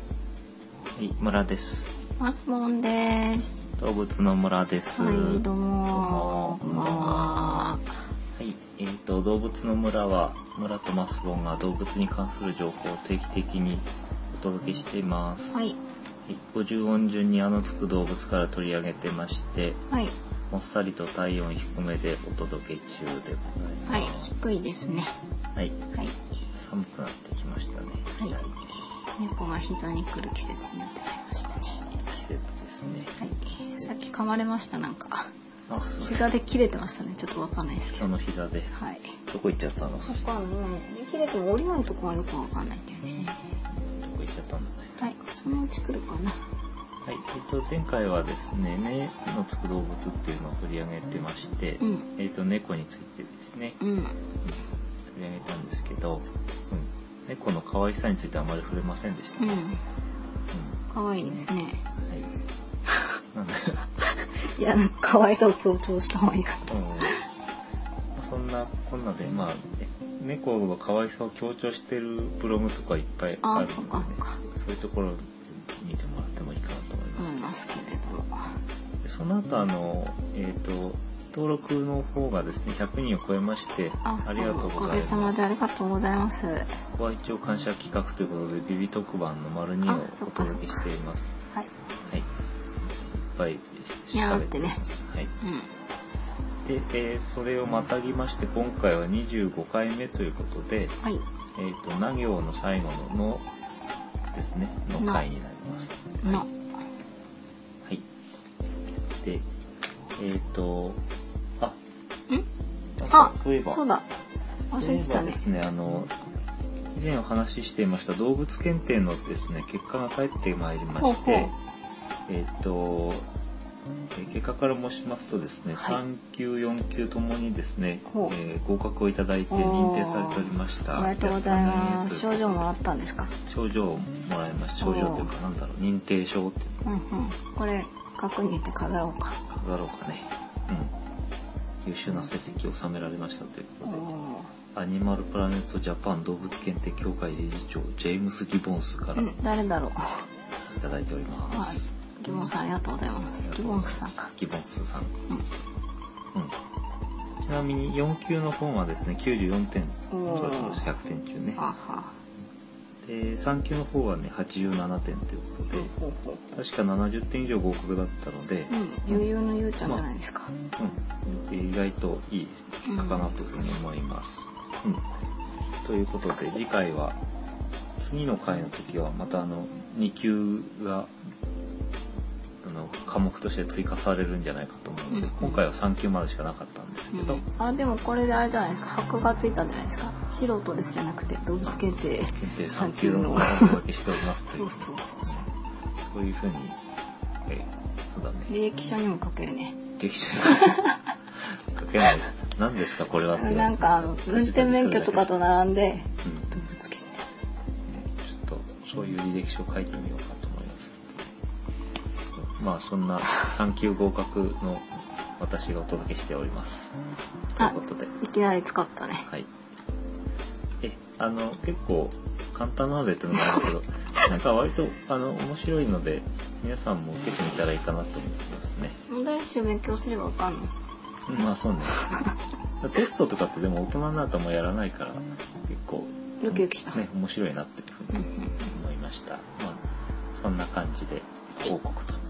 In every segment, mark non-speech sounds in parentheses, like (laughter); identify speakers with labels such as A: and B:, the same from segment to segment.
A: はい、村です。
B: マスモンです。
A: 動物の村です。
B: はい、どうも。
A: ど
B: こ
A: うんも
B: ばんは。
A: はい、えっ、と、動物の村は、村とマスボンが動物に関する情報を定期的にお届けしています。
B: はい、
A: はい、50音順にあのつく動物から取り上げてまして、
B: はい、
A: もっさりと体温低めでお届け中でございま
B: はい
A: す。、
B: 低いですね。
A: はい。
B: はい、
A: 寒くなってきましたね。
B: はい猫が膝に来る季節になってまいりましたね。
A: 季節ですね。
B: はい、さっき噛まれました、なんか。
A: あ、そうです。
B: 膝で切れてましたね、ちょっとわかんないですけ
A: そ
B: ど。
A: の膝で。
B: はい。
A: どこ行っちゃったのど
B: わかんない。切れても降りないとこがよくわかんないんだよね。
A: こ行っちゃったんだね。
B: はい、そのうち来るかな。
A: はい、えっと、前回はですね、目のつく動物っていうのを取り上げてまして、
B: うん、
A: えっと、猫についてですね、
B: うん、
A: 取り上げたんですけど、うん、猫の可愛さについてあまり触れませんでした。
B: う
A: うん
B: ん、可愛いですね。
A: はい。なんで、
B: いや、なんか可愛さを強調した方がいいかな。
A: うんまあそんな、こんなで、まあ、ね猫の可愛さを強調してるブログとかいっぱいあるので、ね
B: あそうかそうか、
A: そういうところ見てもらってもいいかなと思います
B: 思い。ますけれども。
A: その後あの、えっ、と、登録の方がですね、100人を超えまして、ありがとうご
B: おか
A: ざい
B: げ
A: ます。
B: さまでありがとうございます。はい。
A: ここは一応感謝企画ということで、ビビ特番の丸2を
B: あそ
A: お
B: っか
A: 届けしています。はい。いっぱい調べています。はい。
B: う
A: で、えーそれをまたぎまして、今回は25回目ということで、
B: ん。はい。
A: えっ、と、な行の最後ののですね、の回になります。はい
B: の。
A: はい。で、えっ、と、あ、
B: ん
A: なんか
B: あ
A: そういえば、
B: そうだ。忘れてた
A: そういえば
B: ね
A: で。すね、あの、以前お話ししていました動物検定のですね、結果が返ってまいりま
B: ほう
A: し
B: ほう
A: て、えっ、と、えー結果から申しますとですね、
B: はい
A: 3級、4級ともにですね、え
B: ほう
A: ー合格をいただいて認定されておりました。
B: おめでとうございます。
A: やっ
B: 症
A: たね
B: 状もらったんですか
A: ーということで。賞状をもらいました。賞状というか、なんだろう、認定証っていう
B: うんうん。これ、確認って飾ろうか。
A: だろうかね、うん、優秀な成績を収められましたという
B: お
A: ことで
B: ー
A: アニマルプラネットジャパン動物検定協会理事長ジェームス・ギボンスから
B: う
A: い
B: ん、誰だろう。
A: ただいておりま
B: は
A: す、
B: い。ギボンさんありがとうございます。ギボンスさんか。
A: ギボンスさん、
B: う
A: うん、ちなみに4級の方はですね94点
B: おー
A: 取れてました100点中ね
B: ん。あは。
A: で3級の方はね87点ということで
B: ほうほう
A: 確か70点以上合格だったので、
B: うん。悠々のゆうちゃんじゃないですか。
A: うん、意外といい結果かなというふうに思います。うんということで次回は次の回の時はまたあの2級があの科目として追加されるんじゃないかと思うので、
B: うん
A: 今回は3級までしかなかったんですけど、
B: うん、あでもこれであれじゃないですか箔がついたんじゃないですか素人ですじゃなくて動物検定
A: 検定3
B: 3
A: 級
B: 級
A: の
B: の
A: 方をお届けしておりますとい
B: そううそうそうそ
A: そういうふうに、えそうだね
B: う履歴書にも書けるね
A: 劇中書けない何ですかこれはって
B: なんかあの運転免許とかと並んで
A: うん
B: 動物検定
A: ちょっとそういう履歴書を書いてみようかと思います。まあそんな3級合格の私がお届けしております。という
B: あ
A: ことで、
B: いきなり使ったね
A: はい。え、あの結構簡単なのでっていうのもあるけ
B: (laughs)
A: ど、なんか割とあの面白いので皆さんも受けてみたらいいかなと思いますね。
B: 問題集勉強すればわかんの
A: まあそうね。テストとかってでも大人になるともうやらないから結構
B: ドキドキした
A: ね面白いなっていうふう
B: うんう
A: に
B: んうん
A: 思いました。まあ、そんな感じで報告と。
B: は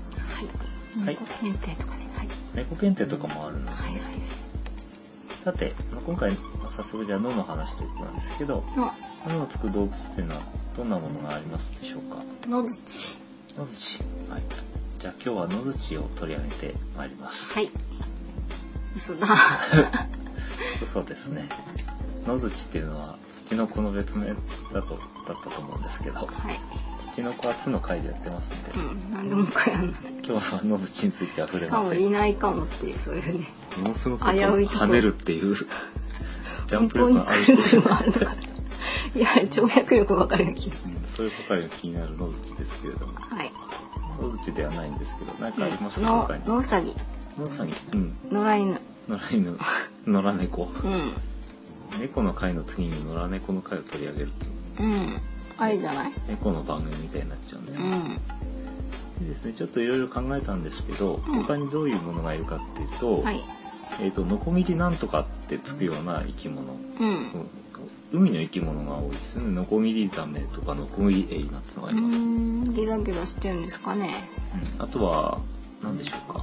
B: い
A: はい
B: 猫検定とかねはい
A: 猫検定とかもあるので、
B: はいはい
A: さて、まあ今回、まあ早速じゃあ脳の話ということなんですけど、
B: の
A: 脳のつく動物というのはどんなものがありますでしょうか
B: 野槌
A: 野槌。はい。じゃあ今日は野槌を取り上げてまいります。
B: はい嘘だ
A: 嘘ですね。野槌っていうのは土の子の別名だと、だったと思うんですけど、
B: はい
A: 土の子はつの回でやってますので、
B: うん何でもかやんない
A: 今日は野槌については触
B: し
A: れ
B: か
A: ま
B: も
A: せん。
B: いないかもっていうそういうね
A: ものすごく
B: 危ういとこ
A: 跳ねるって
B: (laughs)
A: いうジャンプ力
B: 本
A: があ
B: 当
A: る
B: に
A: って
B: くる
A: い
B: く
A: う
B: る回るのかといや跳躍力ばかりの気が
A: うんそういうばかりが気になる野槌ですけれども
B: はい
A: 野槌ではないんですけど何かありますか
B: の
A: 他に
B: のうさぎ
A: 野さにうん
B: 野良犬
A: 野良犬 (laughs) 野良猫
B: うん
A: 猫の会の次に野良猫の会を取り上げると
B: うんあれじゃない
A: 猫の番組みたいになっちゃうんで
B: う
A: す、
B: ん
A: ですねちょっといろいろ考えたんですけど、
B: ん
A: 他にどういうものがいるかっていうと,、
B: はい。
A: えー、とノコギリなんとかってつくような生き物、
B: うん。
A: 海の生き物が多いですねノコギリザメとかノコギリエイなんてのが
B: う
A: います、うん
B: ーん、ギラギラしてるんですかね。
A: あとは何でしょうか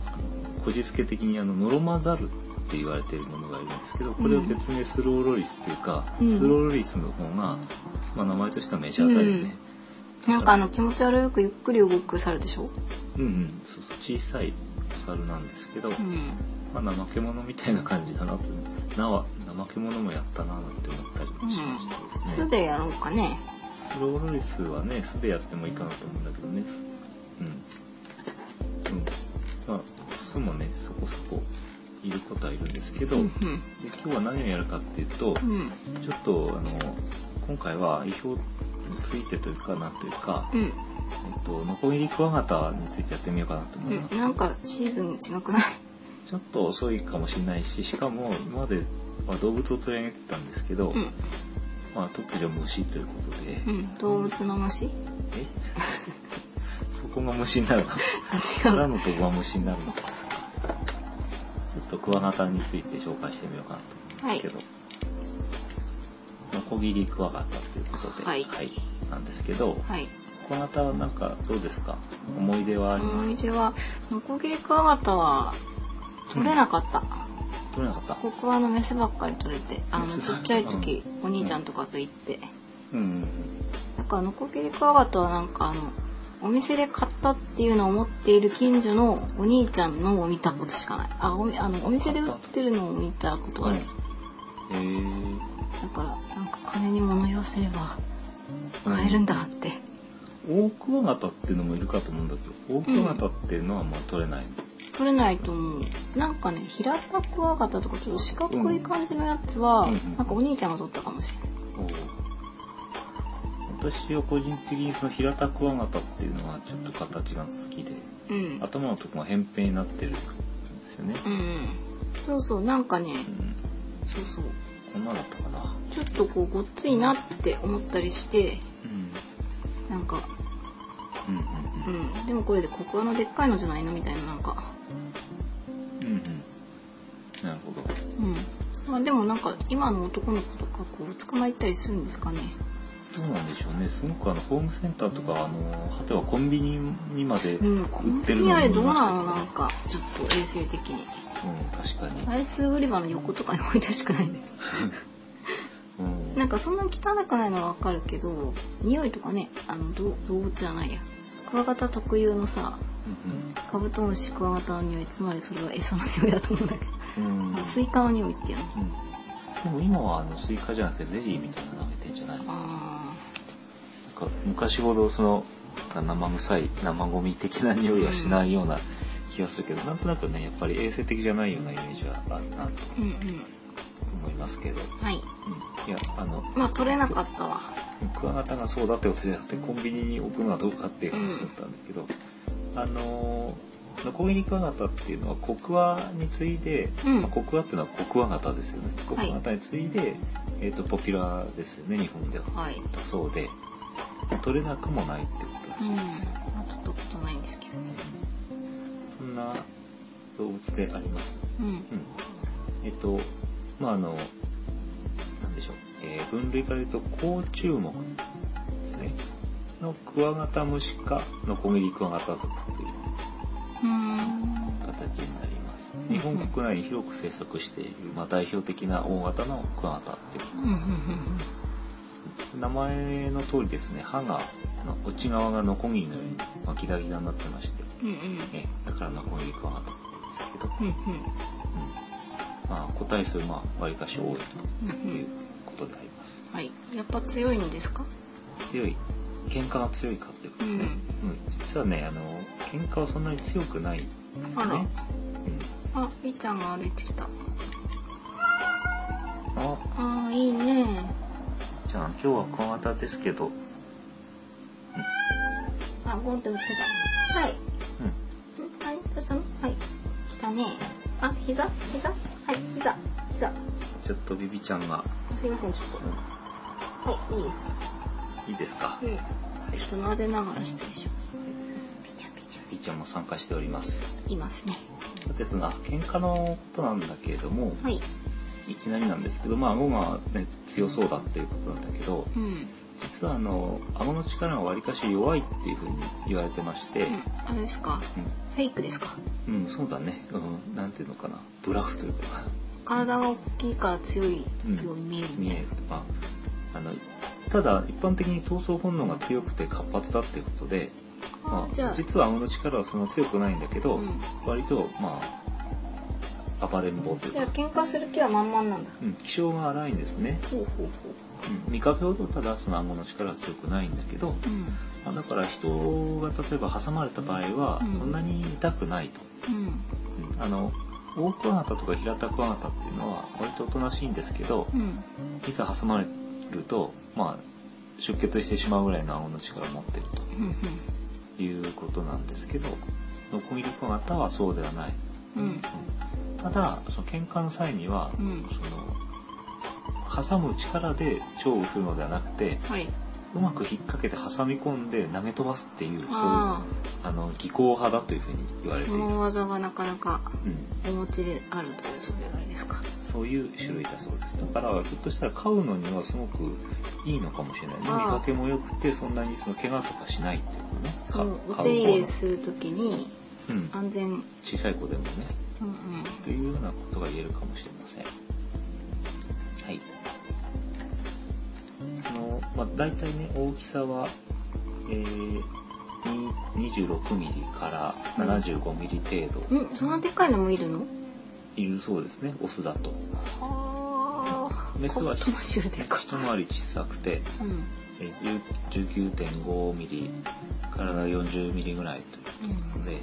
A: こじつけ的にあのノロマザルって言われているものがいるんですけどこれを別名スローロリスっていうか、
B: うん
A: スローロリスの方が、まあ、名前としてはメジャーだよね、
B: なんかあの気持ち悪くゆっくり動く猿でしょ。
A: うんうんそうそう小さいお猿なんですけど、
B: うん。
A: まあ、怠け者みたいな感じだなとなは怠け者もやったななんて思ったりもしましたですね、
B: 素でやろうかね。
A: スローロリスはね素でやってもいいかなと思うんだけどねうんうんまあ素もねそこそこいることはいるんですけど、
B: うん
A: で今日は何をやるかっていうと、
B: うん。うん。
A: ちょっとあの今回は意表ついてというかなんというか、
B: うん。
A: えっと、ノコギリクワガタについてやってみようかなと思います、
B: うん、なんかシーズン違くない
A: ちょっと遅いかもしれないし、しかも今までは動物を取り上げてたんですけど、
B: う
A: まあ突如虫ということで、
B: ん、うん、動物の虫
A: え (laughs) そこが虫になるの
B: あ違
A: た
B: う
A: だのとこが虫になる
B: そ
A: の
B: っ
A: ち
B: かそっか
A: ょっとクワガタについて紹介してみようかなと思うんですけど、ノコギリクワガタということで、
B: はい
A: なんですけど、
B: はい
A: クワガタはなんかどうですか思い出はあります
B: 思い出はノコギリクワガタは取れなかった、
A: 取れなかった
B: 僕はあのメスばっかり取れてあの
A: メス
B: ち
A: ばっか
B: っ
A: り
B: ちゃい時、お兄ちゃんとかと行って
A: うんうん
B: なんかノコギリクワガタはなんかあのお店で買ったっていうのを持っている近所のお兄ちゃんのを見たことしかないあおみあのお店で売ってるのを見たこ
A: うん。
B: とあ
A: はい
B: る、。
A: えー、
B: だからなんか金に物言わせれば買えるんだって、
A: 大クワガタっていうのもいるかと思うんだけど大クワガタっていうのはまあ取れないの、
B: 取れないと思うなんかね平たくワガタとかちょっと四角い感じのやつは、
A: うんうん
B: なんかお兄ちゃんが取ったかもしれない
A: おう私は個人的にその平田クワガタっていうのはちょっと形が好きで
B: うん
A: 頭のとこが扁平になってるんですよね、
B: うんうんそうそうなんかね
A: うん、
B: そうそう
A: こんなだったかな、
B: ちょっとこうごっついなって思ったりして
A: うん、
B: なんか
A: うん
B: う
A: うん
B: んでもこれでコクワのでっかいのじゃないのみたいななんか
A: うんうんうんなるほど
B: うんまあでもなんか今の男の子とかこう捕まえたりするんですかね
A: どうなんでしょうねすごくあのホームセンターとかあの果てはコンビニにまで
B: う
A: 売
B: ん
A: っ
B: コン
A: て
B: ビ
A: る
B: ニ
A: の
B: あれ
A: 見
B: どう
A: ました
B: な
A: け
B: の
A: ど
B: な
A: ね
B: んかちょっと衛生的に
A: うん確かに
B: アイス売り場の横とかに置いてほしくないね (laughs)
A: うん
B: なんかそんなに汚くないのはわかるけど匂いとかねあのど動物じゃないやクワガタ特有のさ
A: う
B: カブトムシクワガタの匂いつまりそれは餌の匂いだと思うんだけど、
A: んうん
B: あのスイカの匂いっていうの
A: うんでも今はあのスイカじゃなくてゼリーみたいなのあげてんじゃないのなん
B: あ
A: か昔ほどその生臭い生ゴミ的な匂いはしないような気がするけど、なんとなくねやっぱり衛生的じゃないようなイメージはあるなと
B: ーうんうん
A: 思いますけど、
B: はい
A: うん、いやあの
B: まあ取れなかったわ
A: クワガタがそうだってことじゃなくてコンビニに置くのはどうかっていう話だったんだけど、あのーノコギリクワガタっていうのはコクワに次いで、
B: うん
A: まあ、コクワっていうのはコクワガタですよねコク
B: はい
A: ワガタに次いで、えー、とポピュラーですよね日本では
B: はい
A: だそうで取れなくもないってことだ
B: う
A: しい、
B: んまあ取ったことないんですけどね
A: そんな動物であります、
B: うん
A: うん、えっ、とまああのなんでしょう、えー分類から言うと甲虫目、ね、のクワガタムシ科のコギリクワガタ属という
B: うん
A: 形になります日本国内に広く生息している、まあ、代表的な大型のクワガタっていう
B: うんうんうん
A: 名前の通りですね歯がの内側がノコギリのように、まあ、ギラギラになってまして、
B: うんうん
A: えだからノコギリクワガタって言うんですけど、うん
B: うん
A: まあ、個体数まあ割かし多い
B: うんう
A: というんことであります
B: はいやっぱ強いんですか
A: 強い喧嘩が強いかっていうことね、うん実はねあの喧嘩はそんなに強くない、
B: あら
A: ね
B: あみーちゃんが歩いてきた
A: うん、あ
B: ああいいね
A: じゃあ今日はクワガタですけど、うん、
B: あゴンってぶつけたはいんはいどうしたのはい来たねあ膝膝はい膝膝
A: ちょっとビビちゃんが、
B: すいませんちょっ
A: う
B: とはいいいです
A: んいいですか、
B: うん
A: はい
B: ちょっと撫でながら失礼しますピチャピチャ
A: ビちちゃんも参加しております。
B: いますね。
A: さて、その、あ喧嘩のことなんだけれども、
B: はい。
A: いきなりなんですけど、まあ、顎が、ね、強そうだっていうことなんだけど、
B: うん。
A: 実はあの、顎の力がわりかし弱いっていうふうに言われてまして、
B: うんあれですか。フェイクですか。
A: うん、うんそうだね、うん、なんていうのかな、ブラフというか、 (laughs)
B: 体が大きいから強いよう
A: うん
B: に見える
A: 見え
B: ね
A: る。とか、あの、ただ、一般的に闘争本能が強くて活発だっていうことで、
B: あ
A: ま
B: ーじゃ
A: あ、
B: あ、
A: 実は顎の力はそんな強くないんだけど、
B: うん
A: 割と、まあ、暴れん坊という
B: じゃあ
A: か、
B: 喧嘩する気は満々なんだ。
A: うん、気性が荒いんですね。
B: ほうほうほ
A: うん、見かけほどただその顎の力は強くないんだけど、
B: う。うん。
A: まあだから人が例えば挟まれた場合は
B: うん
A: そんなに痛くないと、
B: うん。
A: うんあの大クワガタとか平田クワガタっていうのは割とおとなしいんですけど
B: うん。
A: いざ挟まれるとまあ出血してしまうぐらいの顎の力を持ってる
B: うん。
A: ということなんですけどノコギリクワガタはそうではない、
B: うん。
A: うんただその喧嘩の際には、
B: うん
A: その挟む力で勝負するのではなくて
B: はい。
A: うまく引っ掛けて挟み込んで投げ飛ばすっていうそういう
B: あ
A: あの技巧派だというふうに言
B: あ、
A: われてい
B: そ
A: る、
B: の技がなかなか
A: うん、
B: お持ちであるというそうじゃないですか。
A: そういう種類だそうですだからひょっとしたら飼うのにはすごくいいのかもしれないね見
B: ああ
A: かけも良くてそんなにその怪我とかしないっていうね
B: そのお
A: か
B: 手入れ
A: 飼う
B: するときに
A: 方のうん、
B: 安全、うん
A: 小さい子でもね
B: うん、
A: というようなことが言えるかもしれませんはいあの、まあ、大体ね大きさは、えーに26ミリから75ミリ程度
B: うん、そんなでっかいのもいるの
A: いるそうですね、オスだと。
B: はあ
A: メスは
B: こっちの種類でっかい
A: 一回り小さくて、
B: うんうん
A: えー10 19.5ミリから40ミリぐらいというので、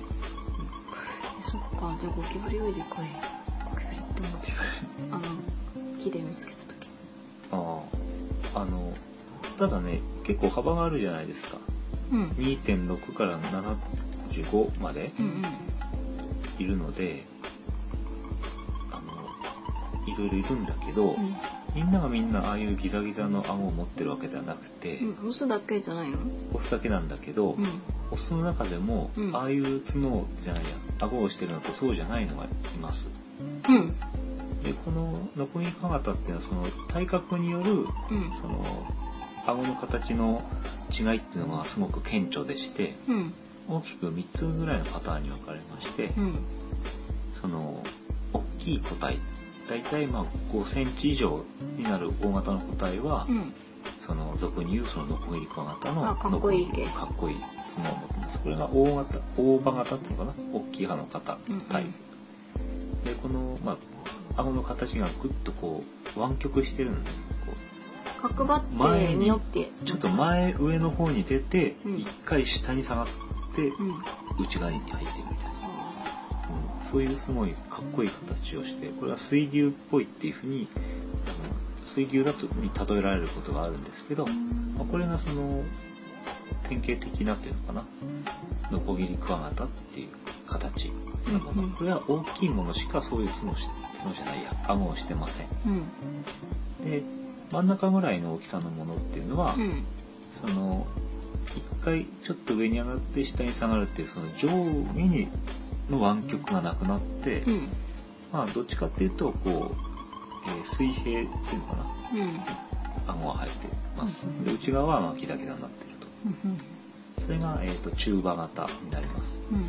B: そっかじゃあゴキブリよりでっかいゴキブリって思ってあの木で見つけた時
A: (laughs) ああ、あの、ただね、結構幅があるじゃないですか。
B: うんうん
A: 2.6から75まで
B: うん
A: いるので、あの、いろいろいるんだけど、
B: うん
A: みんながみんなああいうギザギザの顎を持ってるわけではなくて、
B: うん、オスだけじゃないの
A: オスだけなんだけど、
B: うん
A: オスの中でも、
B: うん
A: ああいう角じゃないや顎をしてるのとそうじゃないのがいます
B: うん
A: でこのノコギリクワガタっていうのはその体格による
B: うん
A: その顎の形の違いっていうのがすごく顕著でして
B: うん
A: 大きく3つぐらいのパターンに分かれまして
B: うん
A: その大きい個体大体まあ5センチ以上になる大型の個体は、
B: うん
A: その俗に言うそのノコギリクワガタの
B: あかっこいい
A: ノコギリ
B: 系
A: かっこいい角を持ってますこれが大型大葉型っていうのかな大きい派の方
B: うん
A: タイプ、でこのまあ顎の形がグッとこう湾曲してるのでこ
B: 角張ってによって
A: うちょっと前上の方に出て
B: うん
A: 一回下に下がって
B: うん
A: 内側に入ってるみたいな、うんそういうすごいかっこいい形をしてこれは水牛っぽいっていうふうにあの水牛だとに例えられることがあるんですけど、まあこれがその典型的なっていうのかなノコギリクワガタっていう形のもの、
B: うんうん
A: これは大きいものしかそういう角し角じゃないや顎をしてません
B: うん
A: で真ん中ぐらいの大きさのものっていうのは、
B: うん
A: その一回ちょっと上に上がって下に下がるっていうその上下にの湾曲がなくなって、
B: うん
A: まあどっちかっていうとこう、えー水平っていうのかな
B: うん
A: 顎が入ってます、
B: うん
A: で内側はまあギザギザになってると
B: うん
A: それが、えー、と中馬型になります
B: うん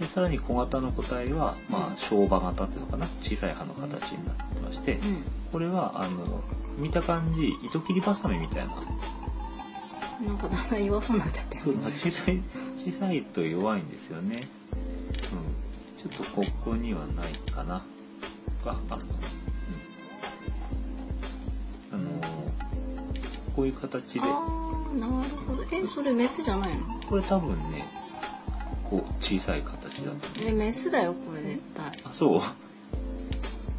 A: でさらに小型の個体は、
B: う
A: ま
B: ん
A: あ、小馬型っていうのかな小さい歯の形になってまして、
B: うん
A: これはあの見た感じ糸切りバサミみたいな
B: なんかだんだん弱そうになっちゃってる。
A: まあ小さい小さいと弱いんですよね、うん、ちょっとここにはないかなああるかなうんあのーこういう形で
B: ああ、なるほど。え、それメスじゃないの？
A: これ多分ねこう小さい形だと
B: え、メスだよこれ絶対。
A: あそう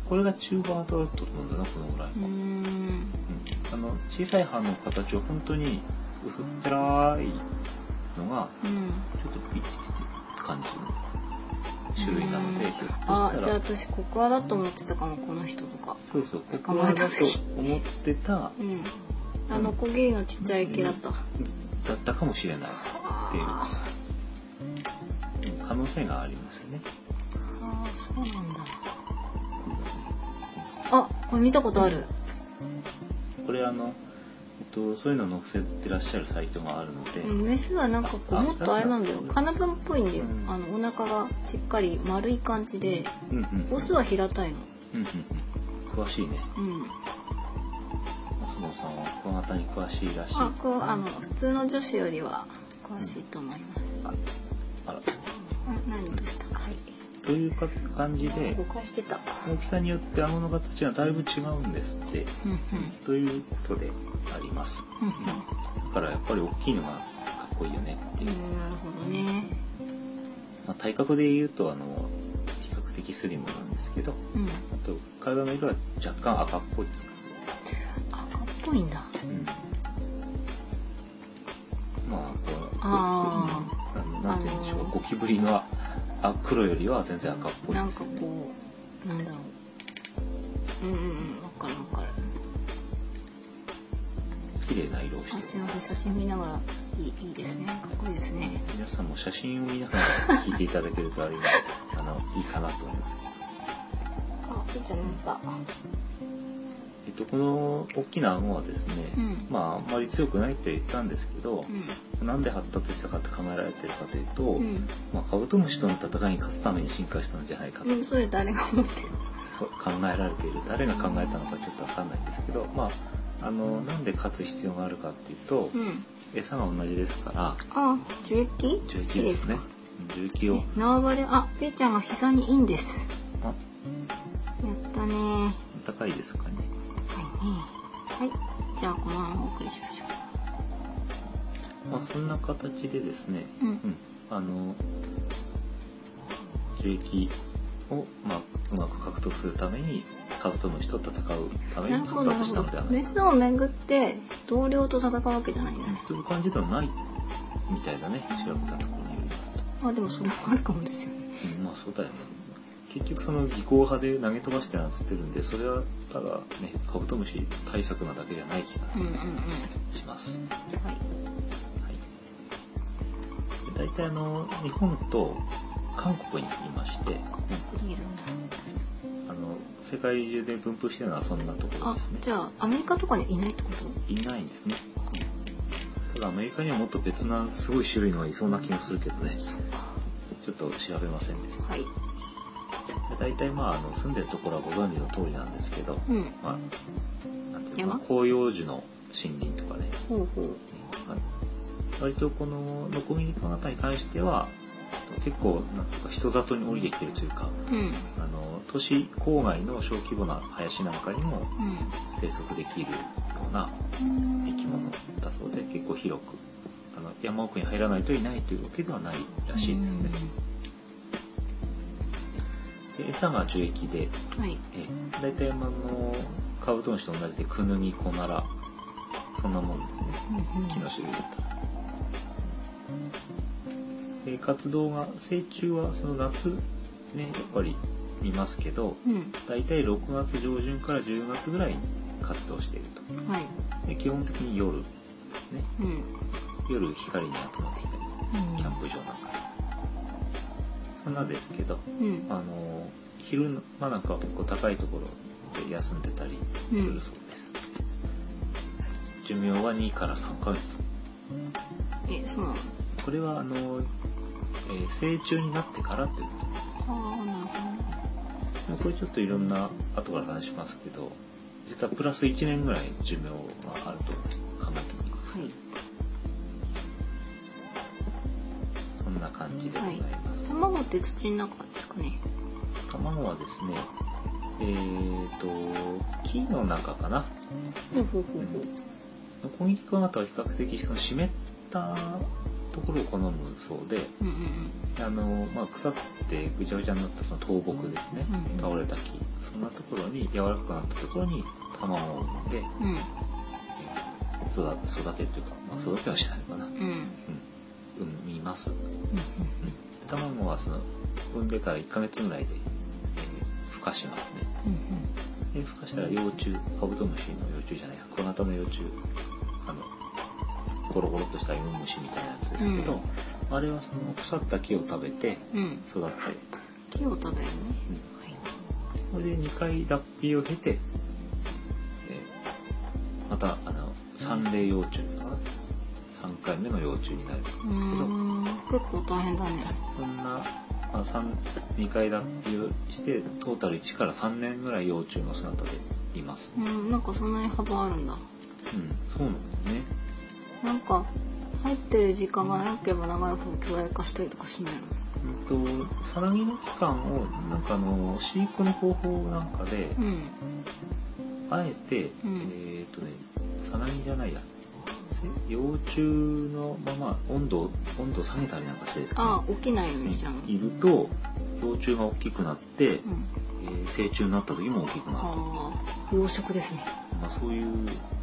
A: これが中盤だったと思うんだなこのぐらい、
B: うーん。
A: うんあの小さい歯の形は本当に薄っぺらいのが
B: うん。
A: ちょっとピッチって感じの種類なので、
B: うん
A: ひょっとしたら
B: あ、じゃあ私ココアだと思ってたかもこの人とか。
A: そうそう、こ
B: 捕
A: こ
B: ま
A: だ
B: え
A: と
B: た時
A: 思ってた、
B: うん。あの小ギリのちっちゃい毛だった。は
A: だったかもしれない。
B: あ。
A: 癖がありますよね。
B: ああ、そうなんだ。あ、これ見たことある。
A: これあの、えっと、そういうのを載せてらっしゃるサイトがあるので、
B: うん、メスはなんかこう、
A: あ
B: もっとあれなんだよ。
A: そう
B: カナブンっぽいんだよ
A: う。ん
B: あの、お腹がしっかり丸い感じで、
A: うんうんうん
B: オスは平たいの。
A: うんうんうん詳しいね。
B: うん。
A: 松野さんはクワガタに詳しいらしい。
B: あ、こう、あの、普通の女子よりは詳しいと思います。
A: ああら。
B: あ、何としたはい。
A: というか感じで
B: 誤、解してた。
A: 大きさによって顎の形はだいぶ違うんですって。
B: うん
A: ということであります。
B: うん
A: うんだからやっぱり大きいのがかっこいいよねって
B: う
A: いう
B: ん。う。ん、なるほどね。
A: まあ、体格で言うとあの比較的スリムなんですけど
B: うん。
A: あと体の色は若干赤っぽい、
B: 赤っぽいんだ。
A: うん、まあこう
B: あ
A: あのなんて言うんでしょう、
B: あのー
A: ゴキブリのああ黒よりは全然赤っぽい
B: なん
A: で
B: か
A: すね
B: こう、なんだろう。うんうんうん、わかるわかる。
A: 綺麗な色をして
B: あ、
A: る
B: すいません、写真見ながら、いい、いいですね。かっこいいですね。
A: 皆さんも写真を見ながら聞いていただけるとあり
B: (laughs)
A: あのいいかなと思います
B: あ、ピーちゃん見た。う
A: えっとこの大きな顎はですね、
B: ん。
A: まああんまり強くないって言ったんですけど、
B: う
A: なんで発達したかって考えられてるかというと、
B: ん。うん。
A: まあ、カブトムシとの戦いに勝つために進化したんじゃないかと
B: うん、それ誰が思ってる。
A: 考えられている誰が考えたのかちょっとわかんないんですけど、まあ、あのなんで勝つ必要があるかっていうと
B: うん。
A: 餌が同じですから
B: あ、樹液。
A: 樹液ですね
B: 木
A: 樹液
B: か
A: を
B: ね縄張り、あ、ピーちゃんが膝にいいんです。
A: あ
B: やったね。は
A: 高いですかね
B: いね。はい。じゃあ、このままお送りしましょ
A: まあ、そんな形でですね、
B: う。う。
A: うんん、あの樹液を、まあ、うまく獲得するためにカブトムシと戦うために
B: なる
A: 発
B: ほど、なる
A: 達したの
B: ほ
A: では
B: ど。
A: ない
B: メ
A: か
B: スをめぐって、同僚と戦うわけじゃないんだね。
A: という感じではないみたいだね調べたところによりますと。
B: あ、でも、それもあるかもですよね。
A: うんまあそうだよね結局その技巧派で投げ飛ばしてなんつってるんでそれはただねカブトムシ対策なだけじゃない気が
B: うん、うん、うん。
A: します、
B: はい。
A: はい、で大体あの日本と韓国にいまして、
B: 見えるんだ。
A: あの世界中で分布してるのはそんなところ
B: あ
A: ですね、
B: じゃあ、アメリカとかにいないってこと。
A: いないんですね、ただアメリカにはもっと別なすごい種類のがいそうな気がするけどねちょっと調べませんでした
B: はい。
A: で大体まああの住んでるところはご存知の通りなんですけど、
B: うん。
A: まあ、なんていうのかな
B: 山
A: 広葉樹の森林とかね、
B: ほうほう。
A: 割とこのノコギリクワガタに関しては結構なんていうか人里に降りてきてるというか
B: うん。
A: あの都市郊外の小規模な林なんかにも
B: う。
A: 生息できるようなん生き物だそうで結構広くあの山奥に入らないといないというわけではないらしいですね。で餌が樹液で
B: うん。はい。
A: ええ大体あのカブトムシと同じでクヌギコナラそんなもんですね
B: うん、
A: 木の種類だったら。で活動が成虫はその夏ねやっぱり見ますけど
B: う
A: 大体6月上旬から10月ぐらいに活動している
B: ん。はい。
A: とで基本的に夜ですね
B: うん。
A: 夜光に集まってきたりキャンプ場なんかにそんなですけど
B: うん。
A: あの昼間なんかは結構高いところで休んでたりするそうです、寿命は2から3ヶ月
B: え、そうなの。
A: これはあの、えー成虫になってからっていうこ
B: ああ、なるほどね。
A: とでもこれちょっといろんな後から話しますけど実はプラス1年ぐらい寿命があると考えております
B: はい。
A: そんな感じでございます、
B: 卵って土の中ですかね。
A: 卵はですねえー、と木の中かな
B: ほうほう
A: う
B: ほ
A: ほうノコギリクワガタは比較的その湿ったところを好むそうで
B: うんうん
A: あの、まあ、腐ってぐちゃぐちゃになったその倒木ですね、
B: うんうん
A: 倒れた木そんなところに柔らかくなったところに卵を産んで、
B: うん。
A: えー育育てるというか、まあ、育てはしないのかな、うん、
B: うん。うん。
A: 産みます、うん、
B: う
A: 卵はその産んでから1ヶ月ぐらいで、えー孵化しますね
B: ん。うん。
A: で孵化したら幼虫カブトムシの幼虫じゃない小型の幼虫あのゴロゴロっとした芋虫みたいなやつですけど、
B: うん
A: あれはその腐った木を食べて
B: うん。
A: 育って、
B: 木を食べるね。
A: うんこ
B: はい。
A: れで2回脱皮を経て、えーまたあの三例幼虫かな3回目の幼虫になる
B: うーん。結構大変だね。
A: そんな、まあ、三2回脱皮をしてトータル1から3年ぐらい幼虫の姿でいます
B: うん。なんかそんなに幅あるんだ。
A: うんそうなんだよね
B: なんか入ってる時間が長ければ長いほど巨大化したりとかしないの。
A: うんとさなぎの期間をなんかあの飼育の方法なんかで、
B: うん。
A: あえて、
B: うん
A: えーっ、とねさなぎじゃないやせ幼虫のまま温度温度を下げたりなんかしてですね
B: あ、起きないようにしちゃうの。
A: いると幼虫が大きくなって、
B: うん。
A: えー成虫になった時も大きくなると、
B: ああ、養殖ですね。
A: まあ、そういう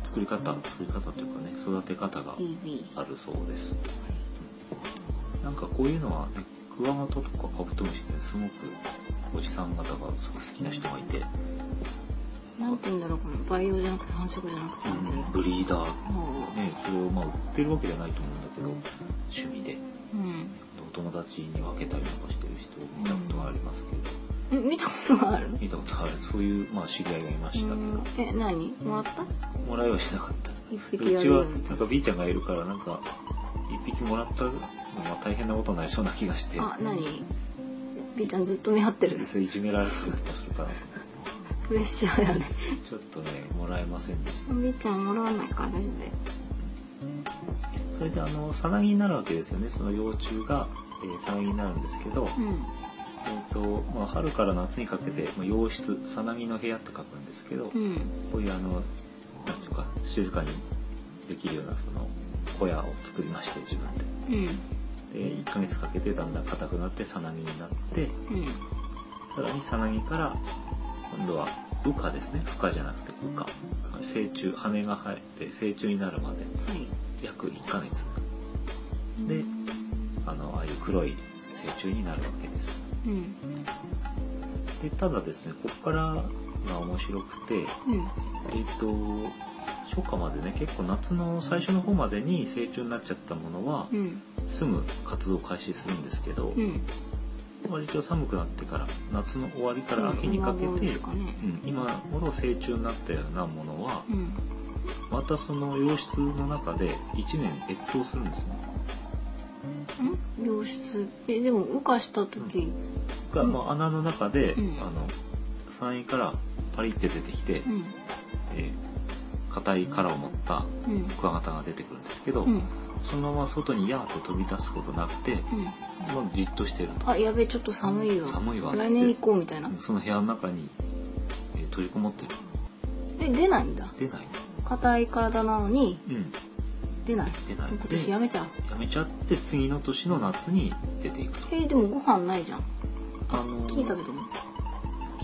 A: 作り方作り方というかね育て方が
B: BB。
A: あるそうですなんかこういうのは、ね、クワガタとかカブトムシってすごくおじさん方がすごい好きな人がいて、
B: なんて言うんだろう、この培養じゃなくて繁殖じゃなくて、なんて言うんだろ
A: ブ
B: う。
A: リーダー
B: ああ
A: ねそれをまあ売ってるわけじゃないと思うんだけど趣味で
B: うん。
A: お友達に分けたりなんかしてる人を見たことがありますけど、
B: え見たことがある
A: 見たことがあるそういう、まあ、知り合いがいましたけど、
B: うんえ何もらった
A: もらいはしなかった
B: 一
A: う
B: 匹や
A: ち
B: るよ
A: は
B: みた
A: ないんか B ちゃんがいるからなんか一匹もらったのは大変なことになりそうな気がして
B: なあ何 B ちゃんずっと見張ってる
A: それいじめられてるとかするかなと思
B: プレッシャーやね
A: ってちょっとねもらえませんでした
B: B ちゃんもらわないから大丈夫だよ
A: それであのさなぎになるわけですよねその幼虫が、えーさなぎになるんですけど、
B: う
A: え
B: ん
A: ーとまあ、春から夏にかけて、まあ、洋室さなぎの部屋って書くんですけど、
B: うん
A: こういうあのなんていうか静かにできるようなその小屋を作りまして自分で。
B: う
A: で
B: ん
A: 1ヶ月かけてだんだん硬くなってさなぎになって
B: うん
A: さらにさなぎから今度は羽化ですね孵化じゃなくて羽化成虫羽が生えて成虫になるまで
B: はい
A: 約1ヶ月であのああいう黒い成虫になるわけです
B: うん
A: でただですねここからが面白くてえっ、
B: うん
A: と初夏までね結構夏の最初の方までに成虫になっちゃったものは
B: うん
A: すぐ活動開始するんですけど、
B: うん
A: 割と寒くなってから夏の終わりから秋にかけて、
B: うん今頃ですかね
A: うん今頃成虫になったようなものは
B: うん
A: またその洋室の中で1年越冬するんですね。
B: ん良質えでも羽化した時
A: が、
B: うん
A: まあ、穴の中で、
B: うん
A: あの山陰からパリって出てきて、
B: うん
A: えー硬い殻を持った
B: うん
A: クワガタが出てくるんですけど、
B: うんうん
A: そのまま外にやーって飛び出すことなくて、もうじっとしてると
B: あやべえちょっと寒いよ
A: 寒いわ
B: 来年行こうみたいな
A: その部屋の中に、えー閉じこもってる
B: え出ないんだ
A: 出ない、
B: 硬い体なのに
A: うん、
B: 出ない
A: 出ない
B: 今年やめちゃう
A: やめちゃって次の年の夏に出ていくと。
B: えー、でもご飯ないじゃん
A: あの
B: 木食べても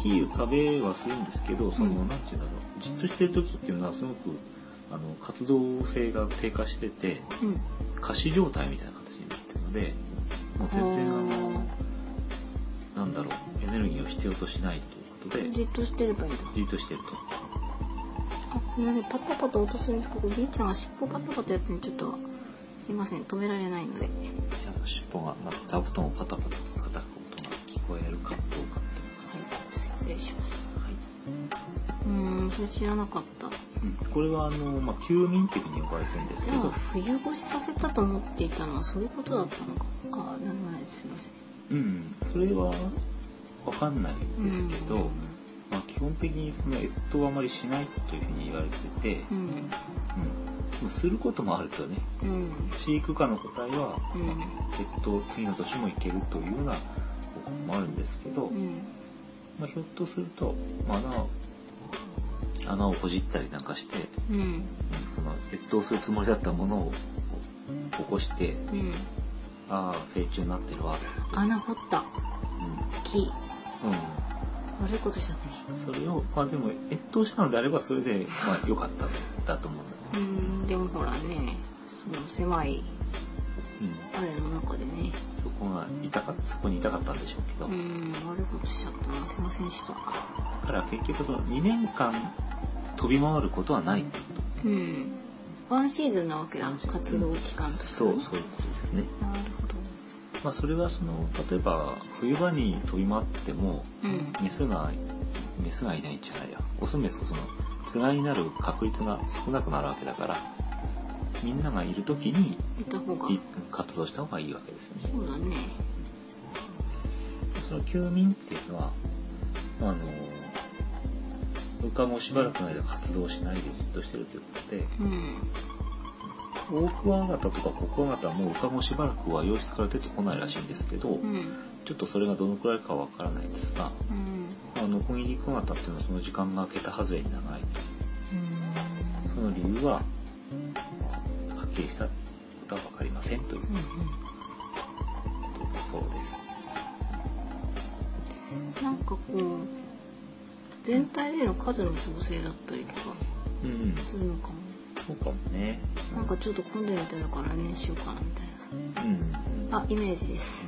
A: キーを食べはするんですけど、その、
B: うん
A: なんていうんだろう、じっとしてる時っていうのはすごく、あの、活動性が低下してて、
B: うん
A: 仮死状態みたいな形になってるので、もう全然あの、なんだろう、エネルギーを必要としないということ
B: じ
A: で、
B: っとしてればいいんだ
A: じっとしてると。
B: あごめんなさいパタパタ落とすんですけど B ちゃんが尻尾パタパタやってんでちょっとすいません止められないので
A: じゃあ、尻尾が、なんか座布団をパタパタと叩く音が聞こえるかどうかっていう
B: はい失礼しました
A: のがはい。
B: うーんそれ知らなかった
A: うんこれはあの、まあ、休眠っていうふうに呼ばれてるんです
B: じ
A: け
B: ゃあ
A: ど、
B: 冬越しさせたと思っていたのはそういうことだったのかあーなるほどですすいません
A: うん、それはわかんないですけど、
B: うん
A: まあ、基本的にその越冬はあまりしないというふうに言われてて、うん
B: うん
A: でもすることもあるとね
B: うん
A: 飼育下の個体は
B: うん
A: 越冬次の年も行けるというような報告もあるんですけど、
B: うん
A: まあ、ひょっとすると、まあ、穴を穴をほじったりなんかして、
B: うん
A: うんその越冬するつもりだったものを起こして
B: うん
A: ああ成虫になってるわって、
B: 穴掘った木
A: うんうん、
B: 悪いことしちゃったね
A: それをまあでも越冬したのであればそれでま
B: (laughs)
A: あ良かったんだと思うんだ
B: う
A: ね、
B: んでもほらねその狭い
A: うん、
B: あれの中でね
A: そこが痛かそこに痛かったんでしょうけど、
B: うん悪いことしちゃったなすいませんでした
A: だから結局その2年間飛び回ることはないってこと
B: うんワンシーズンなわけだ活動期間として
A: そうそういうことですね
B: なるほど
A: まあ、それはその例えば冬場に飛び回っても
B: うん
A: メスがメスがいないんじゃないやオスメスそのつがいになる確率が少なくなるわけだからみんながいる時に
B: いた方が
A: い活動した方がいいわけですよね。
B: そうだね
A: その休眠っていうのはあの放課後しばらくの間活動しないでじっとしてるということで
B: うん
A: オオクワガタとかコクワガタはもう放課後しばらくは洋室から出てこないらしいんですけど、
B: うん
A: ちょっとそれがどのくらいかはわからないんですが
B: うん
A: あのコギリクワガタっていうのはその時間が明けたはずれに長いその理由ははっきりしたことは分かりませんという
B: うん
A: ことだそうです。
B: うんなんかこう全体での数の調整だったりとか
A: うん、
B: するのかも
A: そうかもね。
B: なんかちょっと混んでるみたいだから来年しようかなみたいなさ
A: うん、
B: あイメージです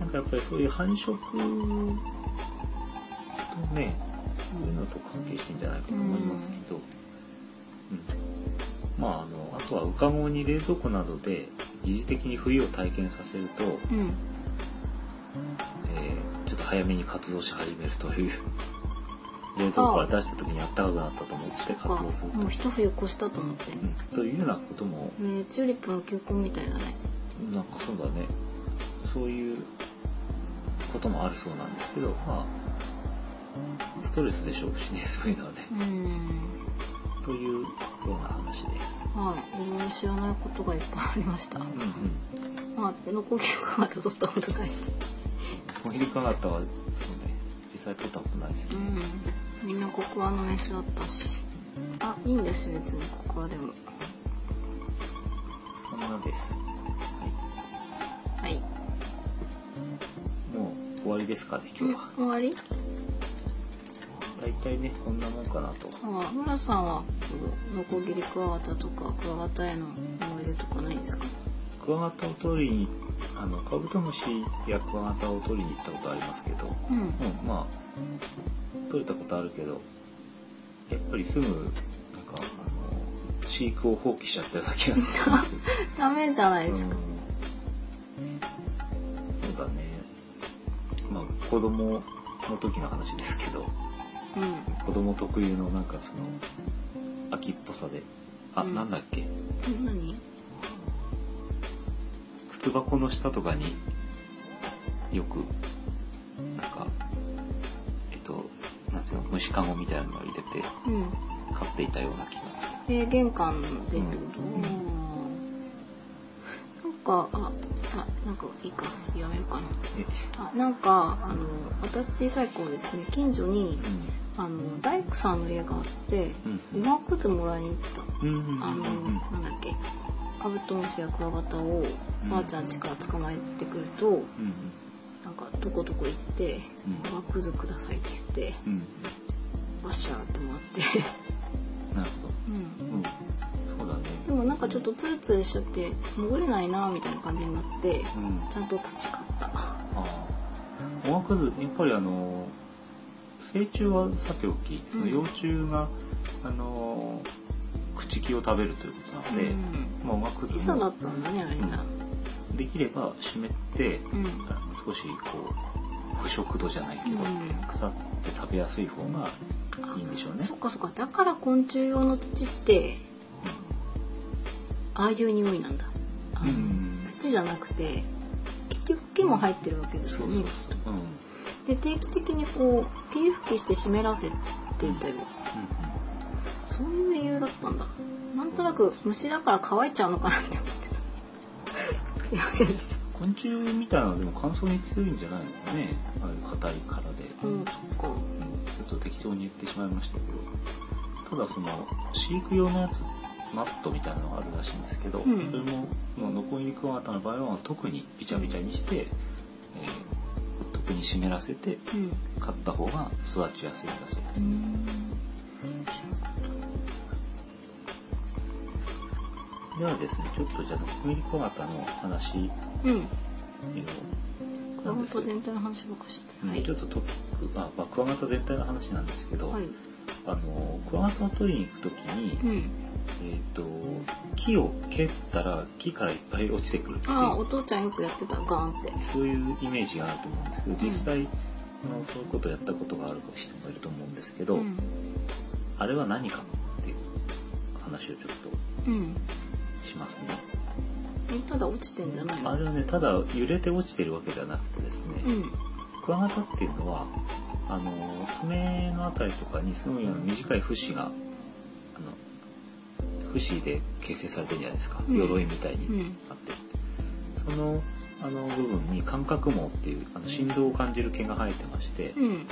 A: なんかやっぱりそういう繁殖とね、そういうのと関係してんじゃないかと思いますけど、うん。まあ、あの、あとは浮かごに冷蔵庫などで一時的に冬を体験させると、
B: うん
A: えーちょっと早めに活動し始めるという、 (laughs) 冷蔵庫から出した時にあったかくなったと思って活動すると。
B: もう一冬越したと思ってる、
A: うん、というようなことも、
B: ねチューリップの球根みたいだね
A: なんかそうだね、そういうこともあるそうなんですけど、まあ、ストレスでしょうしね、そういうのはね。
B: うん
A: というような話です。
B: はいいろいろ知らないことがいっぱいありました
A: うんうん。
B: まあ手の呼吸がまたとったことないし
A: コヒリカガタは、そうね、実際取ったことないです
B: う
A: ね。
B: んみんなココアのメスだったしあいいんです別にココアでも
A: そんなです。は
B: はい
A: い。もう終わりですかね、今日は。
B: 終わり
A: 大体ね、こんなもんかなと。
B: あ村さんはこうノコギリクワガタとかクワガタへの思い出とかないですか
A: クワガタを取りに、あの、カブトムシやクワガタを取りに行ったことありますけど、
B: うん
A: うん、まあ、取れたことあるけど、やっぱりすぐ、なんか、あの、飼育を放棄しちゃったような気がす
B: (laughs)
A: る。
B: ダメじゃない
A: うん
B: です
A: そう
B: か
A: だね。まあ、子供の時の話ですけど、
B: うん、
A: 子供特有のなんかその、秋っぽさで、あ、
B: うん
A: なんだっけ、
B: 何
A: 靴箱の下とかによく、なんか、えっと、なんていうの、虫かごみたいなのを入れて
B: うん
A: 飼っていたような気が。
B: えー、玄関でってこと、
A: うん
B: なんかああなんかいいかやめようかな
A: え
B: あなんかあの私小さい頃ですね近所に
A: う
B: あの大工さんの家があって
A: ん
B: 馬靴もらいに行っ
A: う
B: た
A: んうんうん
B: あ
A: う
B: の、
A: ん
B: なんだっけカブトムシやクワガタをばあちゃん家から捕まえてくると、
A: うん
B: なんかどこどこ行って
A: う
B: 「
A: ん
B: 馬くずください」って言って
A: うん
B: バシャーって回って、
A: なるほど。
B: うん、
A: うん、そうだね。
B: でもなんかちょっとツルツルしちゃって潜れないなみたいな感じになって
A: うん、
B: ちゃんと土買った
A: ああー。おがくず、やっぱりあの、成虫はさておき、その幼虫が、あの、朽ち木を食べるということなので、
B: うん、
A: まあ、おがくず
B: 餌だ
A: も
B: ったんだねあれじゃ
A: できれば湿って、
B: うん
A: あの少しこう、腐食度じゃないけど、
B: うん
A: 腐って食べやすい方がいいんでしょうね。
B: そっかそっかだから昆虫用の土ってああいう匂いなんだあの
A: うん
B: 土じゃなくて結局木も入ってるわけです
A: そ
B: よ
A: うそう
B: ね
A: そう。うん。うん
B: で定期的にこう霧吹きして湿らせていたよ、そういう理由だったんだなんとなく虫だから乾いちゃうのかなって思ってたすいませんでした
A: 昆虫みたいなのはでも乾燥に強いんじゃないのかね。ああいう硬い殻で。
B: うんそっか
A: うんちょっと適当に言ってしまいましたけど、ただその、飼育用のやつ、マットみたいなのがあるらしいんですけど、
B: うん
A: それも、もうノコギリクワガタの場合は特にびちゃびちゃにして、えー特に湿らせて、
B: うん
A: 飼った方が育ちやすいんだそうで
B: う
A: す。
B: ん
A: ではですね、ちょっとじゃあノコギリクワガタの話を、
B: うん
A: な
B: 本
A: んで
B: 当
A: すけど
B: 全体の話ばっかりしちゃ
A: う
B: っ
A: ん
B: たはい
A: ちょっとトピック、あ、まあクワガタ全体の話なんですけど、
B: はい
A: あの、クワガタを取りに行くときに、
B: うん
A: えっ、と木を蹴ったら木からいっぱい落ちてくるっていう
B: ああお父ちゃんよくやってたガーンって
A: そういうイメージがあると思うんですけど
B: うん
A: 実際、あのそういうことをやったことがある人もいると思うんですけど、
B: うん
A: あれは何かっていう話をちょっ
B: うん
A: としますね。
B: えただ落ちてんじゃないの
A: あれはねただ揺れて落ちてるわけではなくてですね、
B: うん
A: クワガタっていうのはあの爪のあたりとかにすごいあの短い節があの節で形成されてるじゃないですか、
B: うん
A: 鎧みたいに
B: うん
A: あって、そのあの部分に感覚網っていうあの振動を感じる毛が生えてまして、
B: うん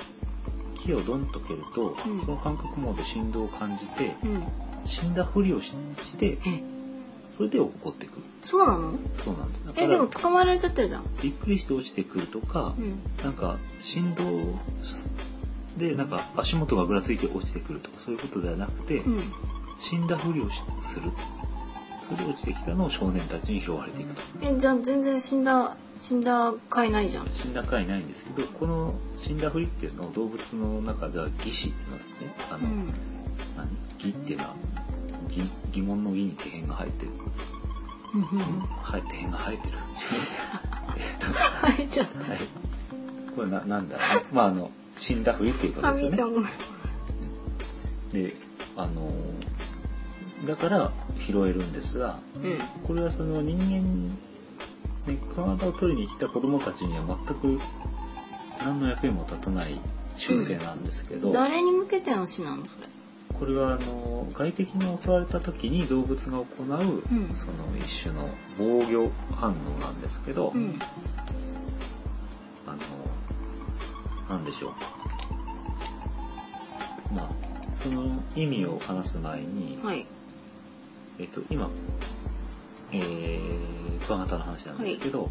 A: 木をドンと蹴ると、
B: うん
A: その感覚網で振動を感じて
B: うん
A: 死んだふりをしして
B: え
A: それで怒ってくる
B: そうなの
A: そうなんですだか
B: えでも
A: ら
B: 捕まえられちゃってるじゃん
A: びっくりして落ちてくるとか、
B: うん
A: なんか振動でなんか足元がぐらついて落ちてくるとかそういうことではなくて、
B: うん
A: 死んだふりをしするそれで落ちてきたのを少年たちに拾われていくと
B: えじゃあ全然死んだ死んだ飼いないじゃん
A: 死んだ回ないんですけどこの死んだふりっていうのを動物の中では「義死」って言いますねあ
B: う
A: の、
B: ん
A: 何義っていうのは疑疑問の義に手辺が入ってる、
B: うんうんう
A: うん
B: ん
A: はい手辺が生えてる (laughs) えっと
B: はいじゃあ
A: はいこれななんだあまああの死んだふりっていうこと
B: あ
A: ですよ
B: みー
A: ね
B: ちゃんごめん
A: であのーだから拾えるんですが
B: う
A: これはその人間ねクワガタを取りに来た子供たちには全く何の役にも立たない習性なんですけど、
B: ん誰に向けての死なのそれ
A: これはあのー外敵に襲われた時に動物が行う、
B: うん
A: その一種の防御反応なんですけど、
B: うん
A: あのーなんでしょうまあその意味を話す前に、
B: はい
A: えっと、今、えー、クワガタの話なんですけど、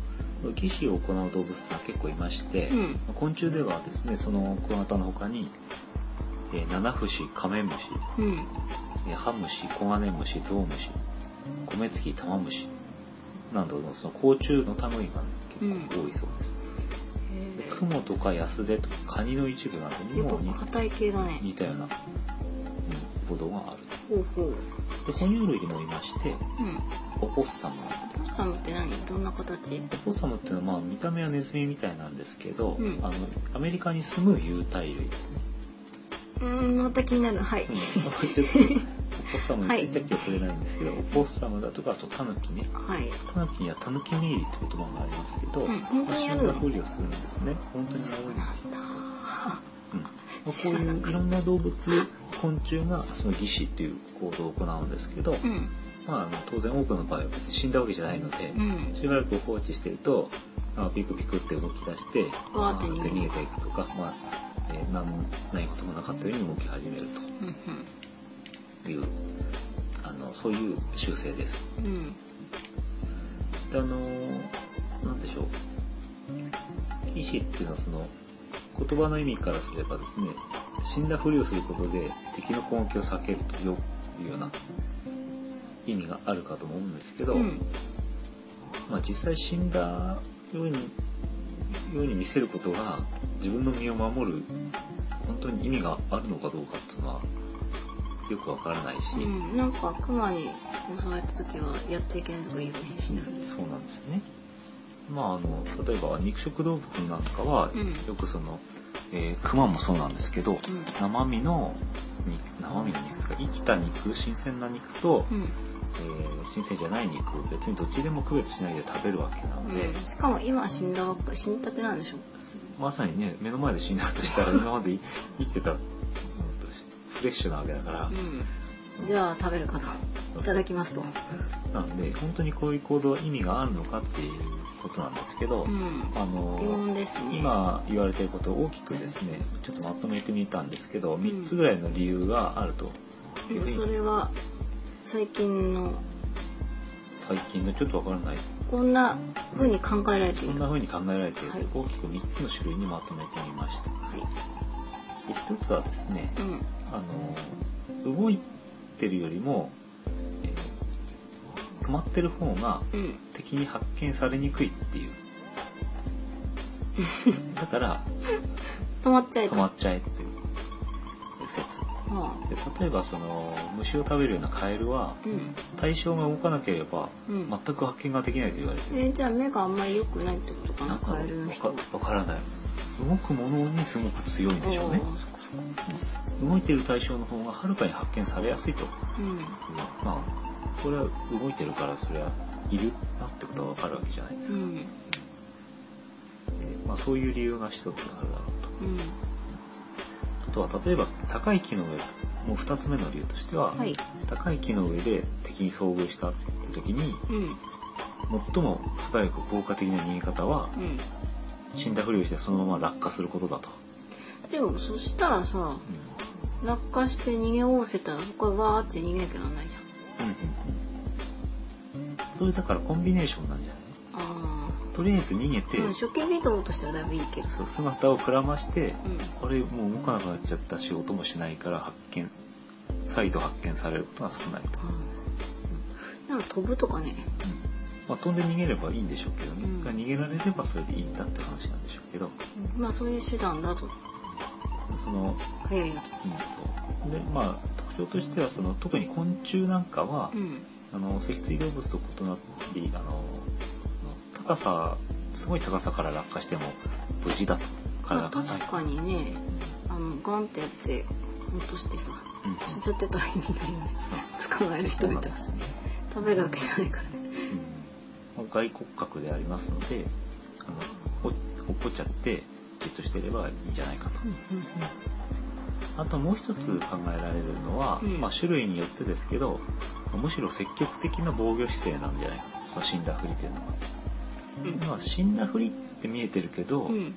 A: 義肢を行う動物が結構いまして、
B: うん
A: 昆虫ではですね、そのクワガタの他に、えー、ナナフシ、カメムシ、
B: うん
A: えーハムシ、コガネムシ、ゾウムシ、コメツキ、タマムシ、などのその甲虫の類が結構多いそうです。でクモとかヤスデとかカニの一部などに
B: やっ
A: も似
B: ぱ硬い系だね
A: 似たような、うん、ことがある
B: ほうほう
A: と。で、哺乳類もいまして、
B: うん
A: オポッサムなん
B: ポッサムって何どんな形
A: オポッサムっていうのは、まあ、見た目はネズミみたいなんですけど、
B: うん
A: あのアメリカに住む有袋類ですね。
B: うーんまた気になるはい
A: うん、ちょっとオポッサムについては今日触れないんですけど、オポッサムだとかあとタヌキね
B: はい
A: タヌキにはタヌキネイリって言葉がありますけど、
B: うん本当にやるの
A: まあ死んだふりをするんですね本当にやる
B: そ
A: ん
B: う
A: で
B: なん
A: す、
B: だ
A: うんまあ
B: 知らな
A: こう
B: かっ
A: い
B: た
A: ういろんな動物昆虫がその義肢っていう行動を行うんですけど、
B: うん
A: まあ、あの当然多くの場合は別に死んだわけじゃないので、
B: うん
A: しばらく放置してると、あピクピクって動き出して、
B: わーって逃げる
A: わ逃げていくとか、まあ、えーなん、ないこともなかったように動き始めるという、あの、そういう習性です。
B: うんうん
A: で、あのー、なんでしょう。意志っていうのはその、言葉の意味からすればですね、死んだふりをすることで敵の攻撃を避けるというような意味があるかと思うんですけど、
B: うん
A: まあ、実際死んだようにように見せることが自分の身を守る本当に意味があるのかどうかっていうのはよくわからないし、
B: うんなんかクマに襲われた時はやっちゃいけないとか言うよね死ぬふり
A: そうなんですね。まあ、あの例えば肉食動物なんかは、
B: うん
A: よくその、えー、クマもそうなんですけど、
B: ん
A: 生身の肉生身の肉とか生きた肉新鮮な肉と、
B: うん
A: えー新鮮じゃない肉別にどっちでも区別しないで食べるわけなので、
B: うんしかも今死んだばっか死にたてなんでしょ
A: まさにね目の前で死んだとしたら今まで生きてたうんとフレッシュなわけだから、
B: うんじゃあ食べるかといただきますと
A: なので本当にこういう行動は意味があるのかっていうことなんですけど、
B: うん
A: あの
B: 疑問ですね
A: 今言われてることを大きくですねちょっとまとめてみたんですけど
B: ん
A: 3つぐらいの理由があると
B: でもそれは最近の
A: 最近のちょっとわからない
B: こんな風に考えられてい
A: そん
B: る
A: な風に考えられている
B: はい
A: 大きく3つの種類にまとめてみました
B: はい
A: で1つはですね
B: うん
A: あの動いてるよりも、えー止まってる方が
B: うん
A: 敵に発見されにくいって
B: (laughs)
A: いうだから
B: 止まっちゃえ
A: 止
B: と
A: まっちゃえっていう説
B: あ
A: で例えばその虫を食べるようなカエルは
B: うん
A: 対象が動かなければ
B: うん
A: 全く発見ができないと言われてる、
B: えーじゃあ目があんまり良くないってことか
A: な
B: なん
A: か
B: カエルの人
A: わ
B: は
A: かわからない動くものにすごく強いんでしょうね
B: おーそっかそっか
A: 動いてる対象の方がはるかに発見されやすいと
B: うん
A: まあこれは動いてるからそれはいるなってことはわかるわけじゃないです
B: う
A: か、
B: ん
A: でまあ、そういう理由が一つあるだろうと
B: うん
A: あとは例えば高い木の上もう2つ目の理由としては、
B: はい
A: 高い木の上で敵に遭遇した時に
B: うん
A: 最も素早く効果的な逃げ方は
B: うん
A: 死んだふりをしてそのまま落下することだと、
B: でもそしたらさ落下して逃げおおせたらそこはわーって逃げなきゃなんないじゃ
A: う
B: ん
A: んうんそういうだからコンビネーションなんじゃない
B: あ
A: とりあえず逃げ
B: あ
A: て、
B: うん初見微動としてはだいぶいいけど
A: そ
B: さ
A: う姿をくらまして、
B: うん
A: あれもう動かなくなっちゃったし音もしないから発見再度発見されることが少ないと、
B: なんか飛ぶとかね
A: まあ、飛んで逃げればいいんでしょうけどね、
B: うん
A: 逃げられればそれでいいんだって話なんでしょうけど
B: まあそういう手段だと
A: その
B: 早いよ
A: うんそうでまあ特徴としてはその特に昆虫なんかは、
B: とうん
A: あの脊椎動物と異なりあの高さすごい高さから落下しても無事だと
B: ま
A: 体
B: あ
A: が硬
B: 確
A: い、
B: かにねあのガンってやって落としてさ
A: うんうん
B: 死んじゃってたら意味ないのに
A: そうそう
B: 捕まえる人みたいな
A: そうなんですね
B: 食べるわけじゃないからね
A: うん外骨格でありますのであの落落っこっちゃってじっとしてればいいんじゃないかと、あともう一つ考えられるのは、
B: うん
A: まあ、種類によってですけどむしろ積極的な防御姿勢なんじゃないかその死んだふりというのが、まあ、死んだふりって見えてるけど、
B: うんうん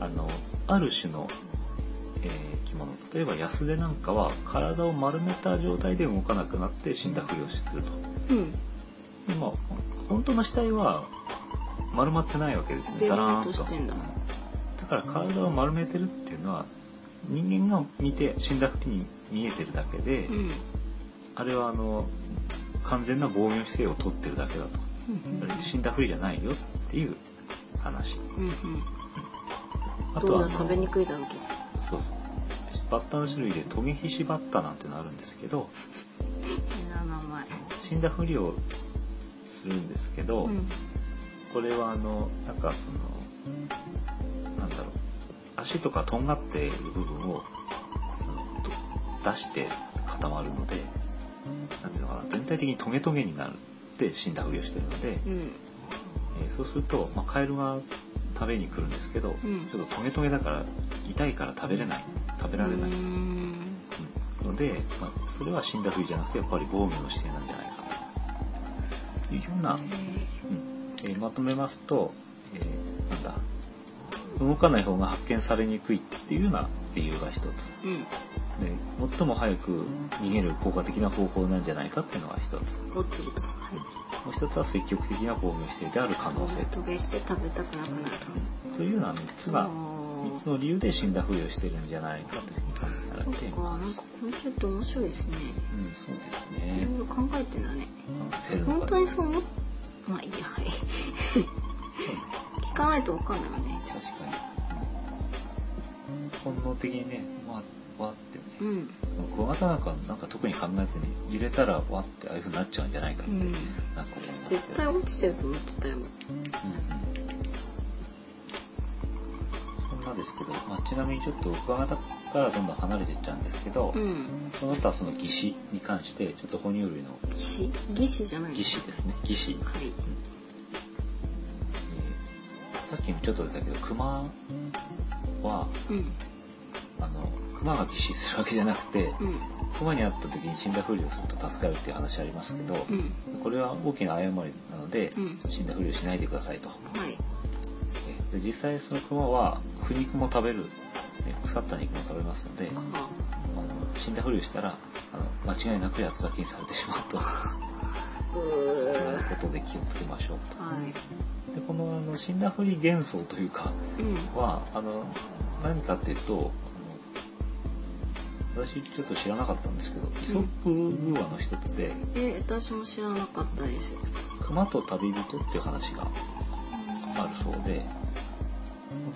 A: あのある種の、えー生き物例えばヤスデなんかは体を丸めた状態で動かなくなって死んだふりをしてると。
B: うん
A: でまあ本当の死体は丸まってないわけですね
B: で
A: だらーん
B: ぼーっとしてんだ
A: だから体を丸めてるっていうのは人間が見て死んだふりに見えてるだけで、
B: うんうん
A: あれはあの完全な防御姿勢をとってるだけだと死んだふりじゃないよっていう話
B: うんうん
A: あと
B: どう
A: はあ
B: だ
A: の
B: 食べにくいだろうと
A: そうそうバッタの種類でトゲヒシバッタなんてのあるんですけど
B: 変な名前
A: 死んだふりをするんですけど、
B: うん
A: これはあのなんかそのなんだろう足とかとんがっている部分をそのと出して固まるのでなんていうのかな全体的にトゲトゲになるって死んだふりをしてるので、
B: うん
A: えーそうすると、まあ、カエルが食べに来るんですけど、
B: うん
A: ちょっとトゲトゲだから痛いから食べれない食べられないう
B: ーん
A: ので、まあ、それは死んだふりじゃなくてやっぱり防御の姿勢なんじゃないかというような
B: へ、ー
A: うんえーまとめますと、えーなんだ動かない方が発見されにくいっていうような理由が一つで
B: うん
A: 最も早く逃げる効果的な方法なんじゃないかっていうのが一つ
B: 落ちるとはい
A: もう一つは積極的な防御姿勢である可能性
B: ストゲして食べたくなくなると
A: というような3つ
B: あ
A: が
B: ー
A: 3つの理由で死んだふりをしてるんじゃないかというふうに考えら
B: そ
A: れ
B: って
A: い
B: か、な
A: ま
B: ん
A: す。
B: か昆虫って面白いですね。
A: うん、そうです
B: い
A: ね
B: ろい。ろ考えてんだね。
A: 考えるの
B: 本
A: が
B: 当にそう思っ、まあいいや、はい。聞かないとわかんないよね。
A: 確かに。本能的にね、わわってね。
B: うん。
A: クワガタなんか、なんか特に考えずに、揺れたらわってああいう風になっちゃうんじゃないかって、
B: うん
A: なんか思いますけど。
B: 絶対落ちてると思ってたよ。
A: うんうん。そんなですけど、まあ、ちなみにちょっとクワガタからどんどん離れていっちゃうんですけど、
B: うん。
A: その他その義肢に関して、ちょっと哺乳類の
B: 義肢義肢じゃない
A: 義肢ですね。義肢。
B: はい。
A: えーさっきもちょっと出たけど熊は
B: うん。
A: あの熊が寄死するわけじゃなくて
B: うん。
A: 熊に会った時に死んだふりをすると助かるっていう話ありますけど、
B: うん。
A: これは大きな誤りなので、
B: うん
A: 死んだふりをしないでくださいと、
B: はい。
A: えーで実際その熊は腐肉も食べるえー腐った肉も食べますのであ
B: か
A: の死んだふりをしたらあの間違いなく八つ裂きにされてしまう (laughs) と
B: う
A: と
B: ー
A: いうことで気をつけましょう
B: は
A: とでこのあの死んだふり幻想というか
B: い。うん。
A: はあの何かっていうとあの私ちょっと知らなかったんですけどイソップ寓話の一つで
B: え、私も知らなかったです。
A: 「熊と旅人」っていう話があるそうで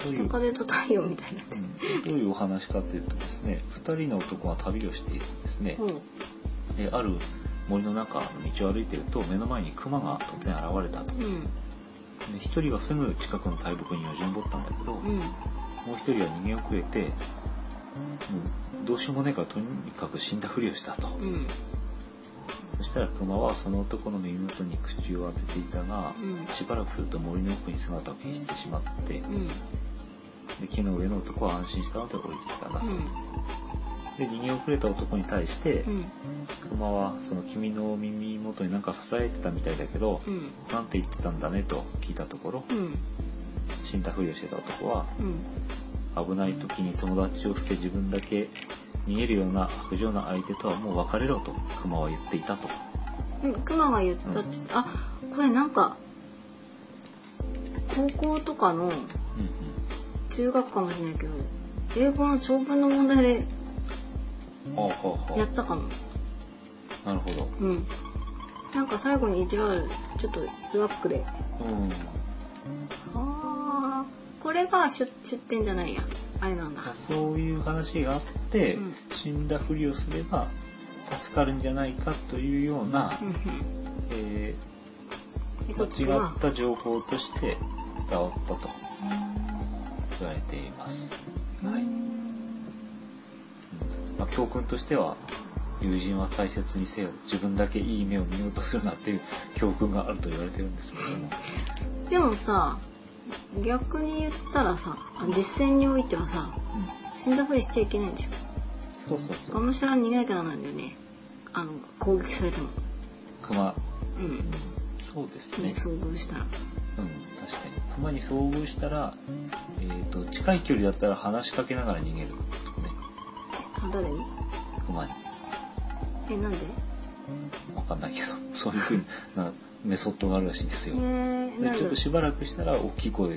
A: と
B: ち
A: い
B: ょっ
A: う
B: と風と太陽みたいになってる。
A: うんどういうお話かというとですね2人の男が旅をしているんですね、
B: うん。
A: である森の中の道を歩いていると目の前に熊が突然現れたと
B: うん。
A: で1人はすぐ近くの大木によじ登ったんだけど、もう
B: うん。
A: 1人は逃げ遅れて、うんどうしようもないからとにかく死んだふりをしたと、
B: うん。
A: そしたら熊はその男の耳元に口を当てていたが、
B: うん
A: しばらくすると森の奥に姿を消してしまって、で
B: うん。
A: 木の上の男は安心したので降りてきたんだと、で逃げ遅れた男に対して、
B: うん。
A: 熊はその君の耳元になんか囁いてたみたいだけど、
B: うん。
A: なんて言ってたんだねと聞いたところ、
B: うん。
A: 死んだふりをしてた男は、
B: うん。
A: 危ない時に友達を捨て自分だけ逃げるような不情な相手とはもう別れろと熊は言っていたと。
B: クマが言ったって、あこれなんか高校とかの
A: うん
B: 中学かもしれないけど英語の長文の問題で
A: うん。ああ、はあ、
B: や
A: は
B: ったかも
A: あ。なるほど。
B: うんなんか最後に意地悪ちょっとブラックで
A: うん。
B: あーこれが出出典じゃないやあれなんだ
A: そういう話があって、
B: うん
A: 死んだふりをすれば助かるんじゃないかというような、
B: うんうん
A: え
B: エソッ
A: ー
B: プ
A: 間違
B: が
A: った情報として伝わったと言われています。はいまあ、教訓としては友人は大切にせよ自分だけいい目を見ようとするなっていう教訓があると言われてるんですけれども、
B: でもさ逆に言ったらさあ実践においてはさ
A: うん、
B: 死んだふりしちゃいけないんでしょ
A: そうそうそ
B: が
A: う
B: むしゃらに逃げなきゃならないんだよねあの攻撃されても
A: 熊、
B: うん、
A: うん、そうです
B: ね
A: ね、
B: 遭遇したら
A: うん、確かに熊に遭遇したら、えー、と近い距離だったら話しかけながら逃げる、ね、
B: あ誰に
A: 熊に
B: えなんで
A: 分かんないけど (laughs) そういうふうなメソッドがあるらしいんです
B: え
A: よ、
B: ー、
A: で
B: なん
A: ちょっと
B: で
A: しばらくしたら大きい声を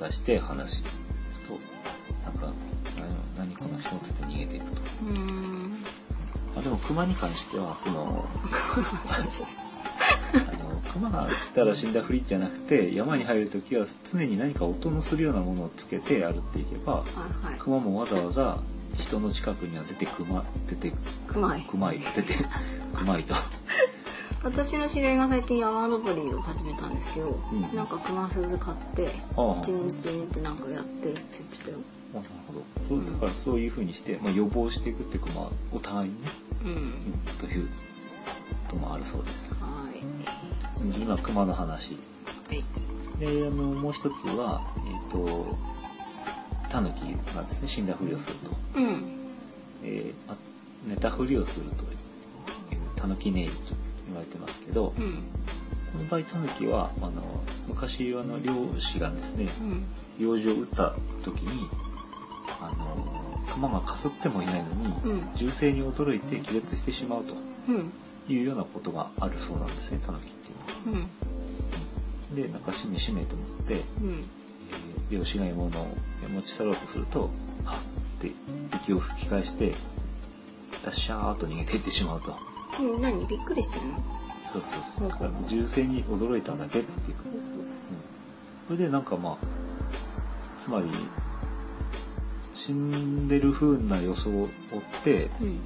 A: 出して話すとなんかあの何この人っつって逃げていくと
B: うー (laughs) ん
A: あでも熊に関してはそ
B: (laughs)
A: のあの熊が来たら死んだふりじゃなくて山に入る時は常に何か音のするようなものをつけて歩っていけば
B: あはい
A: 熊もわざわざ人の近くには出て熊出て
B: 熊井
A: 熊い出て熊いと。
B: 私の知り合いが最近山登りを始めたんですけど、
A: ん
B: なんか熊鈴買って
A: あああ
B: 一日入れてなんかやってるって言ってたよ
A: なるほどそうだからそういうふうにして、まあ、予防していくっていうか、まあ、お互いにね、
B: う
A: うん
B: ん、
A: ということもあるそうです
B: はい
A: 今熊の話
B: はい
A: であのもう一つはえっ、とタヌキがですね死んだふりをすると、
B: うん
A: えーあ寝たふりをするというタヌキネイルと言われてますけど、
B: う
A: こ
B: ん
A: の場合タヌキはあの昔あの漁師がですね
B: うん
A: 用事を打った時にあの熊がかすってもいないのに、
B: うん
A: 銃声に驚いて気絶してしまうと
B: うん
A: いうようなことがあるそうなんですねタヌキっていうのは。
B: うん
A: でなんかしめしめと思って、
B: うん
A: えー、漁師が獲物を持ち去ろうとするとはっって息を吹き返してダッシャーっと逃げていってしまうと
B: うん何びっくりしてるの
A: そうそうそ
B: うん
A: うだから銃声に驚いただけっていう、うん、それでなんかまあつまり死んでる風な予想を追って、
B: うん
A: え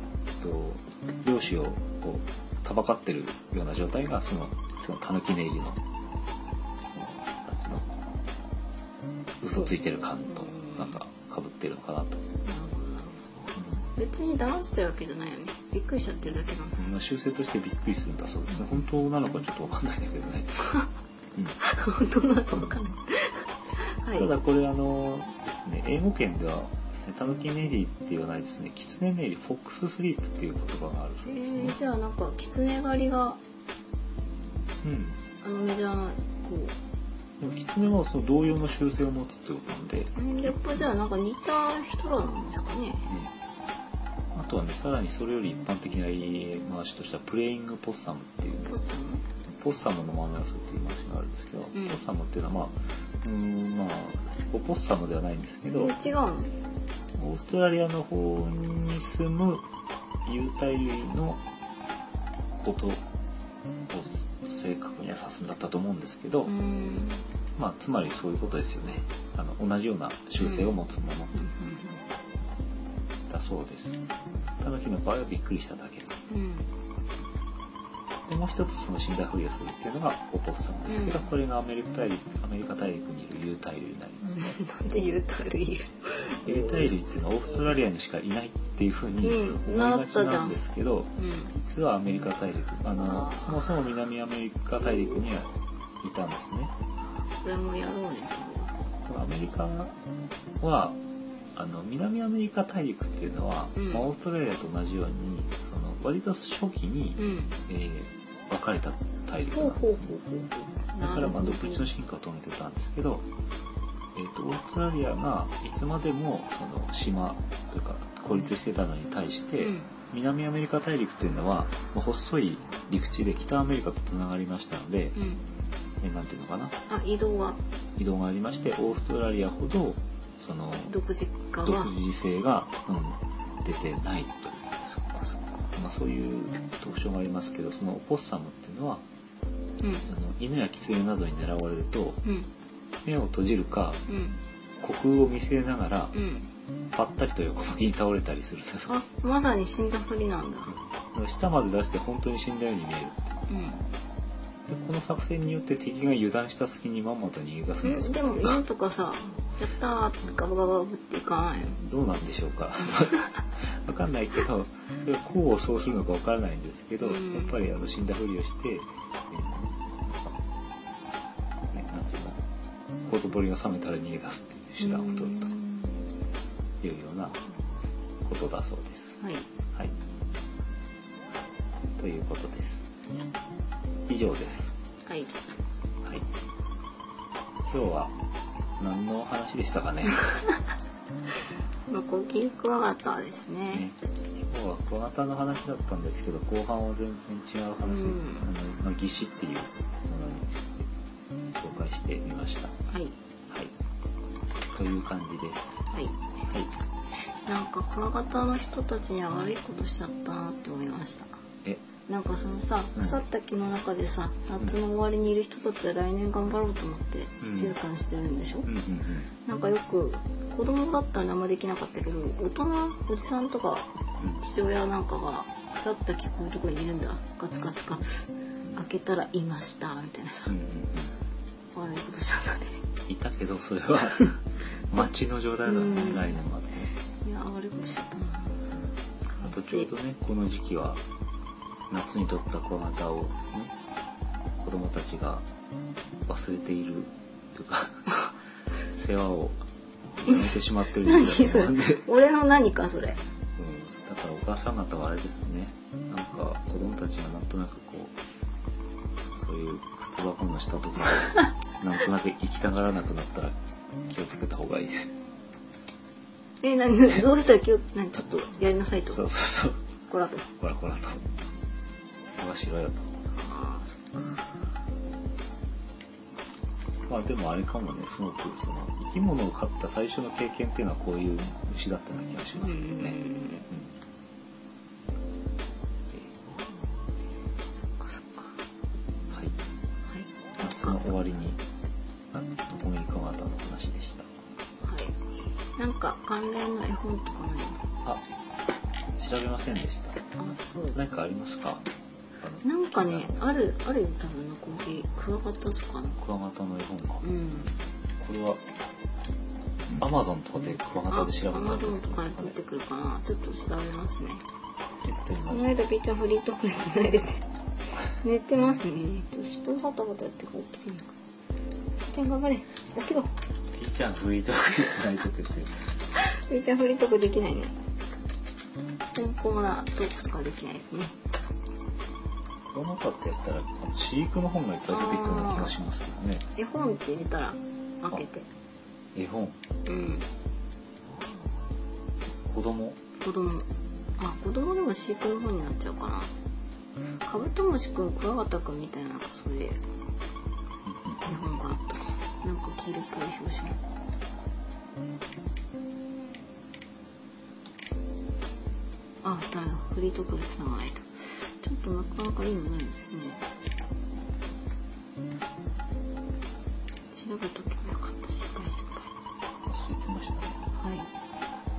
A: っと漁師をこうたばかってるような状態がそのそのたぬき寝入りのそのなんつうの嘘ついてる感と
B: うん
A: なんかかぶってるのかなと、
B: なるほどなるほど別に騙してるわけじゃないよねびっくりしちゃってるだけなんだ
A: うんまあ修正としてびっくりするんだそうですね本当なのかちょっとわかんないんだけどね、うん
B: 本当なのかわかんないはい
A: ただこれあのですね英語圏ではですねタヌキネイリって言わないですねキツネネイリフォックススリープっていう言葉がある
B: え
A: そうですね、
B: ー、じゃあなんか狐狩りが
A: うん
B: あのメジャーなこ
A: でもキツネもその同様の習性を持つってことなんで、
B: ううんやっぱじゃあなんか似た人らなんですかね
A: ねあとはね、さらにそれより一般的な言い回しとしては、プレイングポッサムっていう、
B: ポッサム
A: ポッサムの真似をするっていう言い回しがあるんですけど、ポッサムっていうのは、まあ、うーん、まあ、ポポッサムではないんですけ
B: え
A: ど、オ
B: 違うの
A: ーストラリアの方に住む有袋類のことを正確には指すんだったと思うんですけど、
B: うーん
A: まあ、つまりそういうことですよね。あの、同じような習性を持つものだそうです。タヌキの場合はびっくりしただけ。
B: うん
A: で、もう一つその死んだふりをするっていうのがオポッサムですけど、
B: うん
A: これがアメリカ大陸、アメリカ大陸にいる有袋類になりますね。
B: なんで言うたるいる
A: 有袋類っていうのはオーストラリアにしかいないっていうふうに
B: うん
A: 思いがちなんですけど、
B: う
A: 実はアメリカ大陸あの
B: あー
A: そもそも南アメリカ大陸にはいたんですね
B: んこれもやろうね
A: ただアメリカはあの南アメリカ大陸っていうのは、
B: うん
A: まあオーストラリアと同じようにその割と初期に、
B: うん
A: えー分かれた大陸なんです
B: ほうほう
A: だ
B: な
A: から
B: る
A: まあ
B: ほど
A: 独立の進化を遂げてたんですけど、えー、とオーストラリアがいつまでもその島というか孤立してたのに対して、
B: うん
A: 南アメリカ大陸っていうのはまあ細い陸地で北アメリカとつながりましたので、
B: うん
A: えーなんていうのかな
B: あ移動は
A: 移動がありましてオーストラリアほどその
B: 独自化
A: 独
B: は
A: 自性が、うん、出てないというそまあ、そういう特徴がありますけどそのオポッサムっていうのは
B: うん
A: あの犬や狐などに狙われると
B: うん
A: 目を閉じるか
B: うん
A: 呼風を見せながら
B: うん
A: ばったりと横向きに倒れたりするんだそう
B: あまさに死んだふりなんだ
A: です舌まで出して本当に死んだように見える
B: う
A: でこの作戦によって敵が油断した隙にまんまと逃げ出すんだそ
B: ん
A: うで
B: ですも
A: けど
B: 犬とかさやったーってガバガバっていかないの
A: (laughs) どうなんでしょうか (laughs) わかんないけどそれは功を奏するのかわからないんですけど、
B: うん
A: やっぱりあの死んだふりをして、えーねなんていうのほとぼりが冷めたら逃げ出すっていう手段を取るというようなことだそうです。
B: はい
A: はい。ということです。以上です。
B: はい
A: はい。今日は何のお話でしたかね。
B: まあコキンクワガタです
A: ね
B: ね
A: 今日はクワガタの話だったんですけど、後半は全然違う話、
B: うん
A: あの、まあ、義肢っていうものについて紹介してみました。は
B: はい
A: い。という感じです。
B: は
A: は
B: い
A: い。
B: なんかクワガタの人たちには悪いことしちゃったなって思いました
A: え、
B: なんかそのさ
A: うん
B: 腐った木の中でさ夏の終わりにいる人たちは来年頑張ろうと思って
A: うん
B: 静かにしてるんでしょ、
A: うんうん
B: なんかよく子供だったら何もできなかったけど大人おじさんとか父親なんかが腐った木こういうとこにいるんだガツガツガツ
A: うん。
B: 開けたらいましたみたいなさ
A: うんうんうん。
B: 悪いことしちゃったね
A: いたけどそれ
B: (laughs)
A: は待ちの状態だね、
B: うん
A: 来年までね
B: いや悪いことしちゃったな
A: あとちょうどねこの時期は夏にとったクワガタをですね子供たちが忘れているというか (laughs) 世話をやめてしまってる
B: 何
A: 時期
B: そ
A: だ
B: れ
A: と思うんで、うん、
B: 俺の何かそれ
A: だからお母さん方はあれですねなんか子供たちがなんとなくこうそういう靴箱の下
B: (laughs)
A: とかでなんとなく行きたがらなくなったら気をつけた方がいいです
B: え何 (laughs) どうしたら今日何ちょっとやりなさいと
A: そうそうそう。
B: こらと
A: ほらほらと。探しろよと。
B: ああそっか
A: まあでもあれかもね、すごくその生き物を飼った最初の経験っていうのはこういう虫だったような気がし
B: う
A: ますけどね。うん
B: んそっかそっか
A: はい。
B: はい
A: 夏の終わりに、あのコミカワタの話でした。
B: はいなんか関連の絵本とかない
A: あ、調べませんでした。
B: あそう
A: 何かありますかあの
B: なんかね、ある、あるよ、多分な、こういう、クワガタとかの。
A: クワガタの絵本が。
B: うん。
A: これは、アマゾンとかでクワガタで調べ
B: ア
A: た
B: マ
A: んで
B: ゾン
A: す
B: とかで出てくるかな。ちょっと調べますね。
A: えっと今
B: この間、ピーちゃんフリートークに
A: (laughs)
B: 繋いでて。寝てますね。尻尾バタバタやってから起きてるのか。ピーちゃん頑張れ。起きろ。
A: ピーちゃんフリートークに繋いでてて。
B: ピーちゃんフリートークできないね。健康なトークとかできないですね。
A: この方ってやったら、あの飼育の本がいっぱい出てきそうな気がしますけどね。
B: 絵本って入れたら、開けて。
A: 絵本、
B: うん。
A: 子供、
B: 子供あ子供でも飼育の方になっちゃうかなカブトムシくんクワガタくんみたいななんかそういう絵本があったかななんか黄色っぽい表紙のあだよフリートークでつながないとちょっとなかなかいいのないですね飼調べとけばよかった失敗失敗
A: 忘れてましたね。
B: は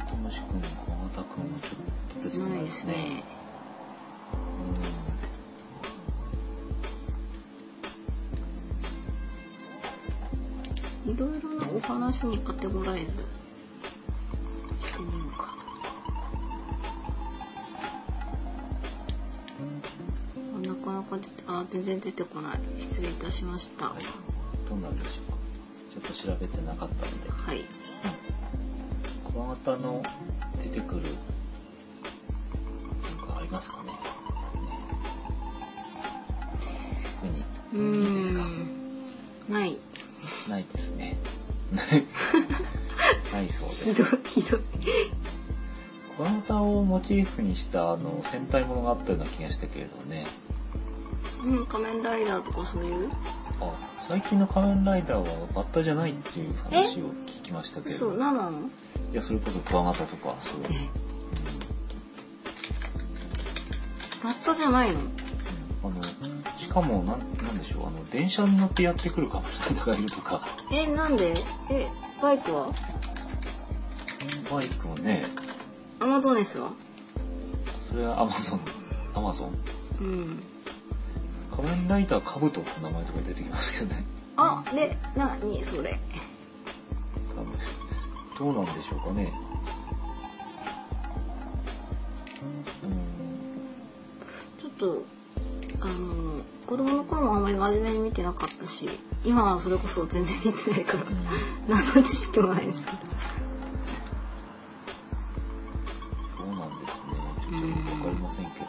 B: い
A: ともしくん、小型くんはちょっと出てこ
B: ないですね。いろいろなお話にカテゴライズしてみようか。あなかなか出て、あ、全然出てこない。失礼いたしました。
A: うん。は
B: はいい。。
A: どうなんでしょうか。ちょっと調べてなかったんで。クワガタの出てくるなんかありますかね。特に
B: うー
A: いいですか。
B: ん。ない。
A: ないです
B: (laughs)
A: ね。ないそう
B: ひ
A: です。
B: どい、ひどい。
A: クワガタをモチーフにしたあの戦隊ものがあったような気がしたけれどね。
B: うん、仮面ライダーとかそういう
A: あ、最近の仮面ライダーはバッタじゃないっていう話を聞きましたけれ
B: そう、
A: ど。
B: 何なの
A: いやそれこそクワガタとかそういう。うん
B: バッタじゃないの
A: あのしかもなんなんでしょうあの電車に乗ってやってくるかもしれないがいるとか。
B: え、なんでえ、バイクは
A: バイクもね、
B: アマゾネスは
A: それはアマゾン、アマゾン。
B: うん。
A: 仮面ライダーカブトって名前とか出てきますけどね。
B: あ、で、なにそれ。
A: 多分どうなんでしょうかね。うん。
B: ちょっと、あの、子供の頃もあんまり真面目に見てなかったし、今はそれこそ全然見てないから、 (laughs) 何の知識もないですけど。
A: そうなんですね。ちょっとよくわかりませんけど。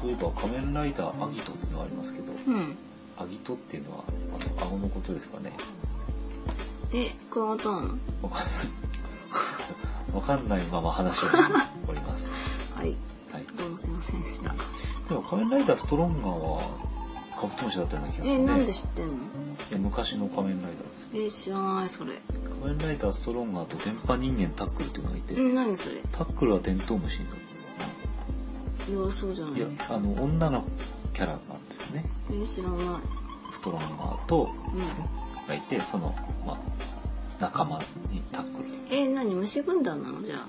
A: そういえば仮面ライダーアギトっていうのがありますけど、
B: うん。
A: アギトっていうのは、あの、顎のことですかね。
B: え、クワガタなの
A: わかんない。わかんないまま話をしております。
B: はい。
A: はい。
B: どうもすいませんでした。
A: でも仮面ライダーストロンガーはカブトムシだったような気がする
B: え、
A: ね。
B: なんで知ってんの
A: いや昔の仮面ライダーです。
B: え、知らない、それ。
A: 仮面ライダーストロンガーと電波人間タックルっていうのがいて、
B: え、何それ
A: タックルはテントウムシになる。
B: 弱そうじゃないい
A: や
B: です、か。
A: あの、女のキャラなんですね。
B: え、知らない。
A: ストロンガーと、
B: うん。
A: がいて、その、まあ、仲間にタックル。
B: え、何虫軍団なのじゃあ。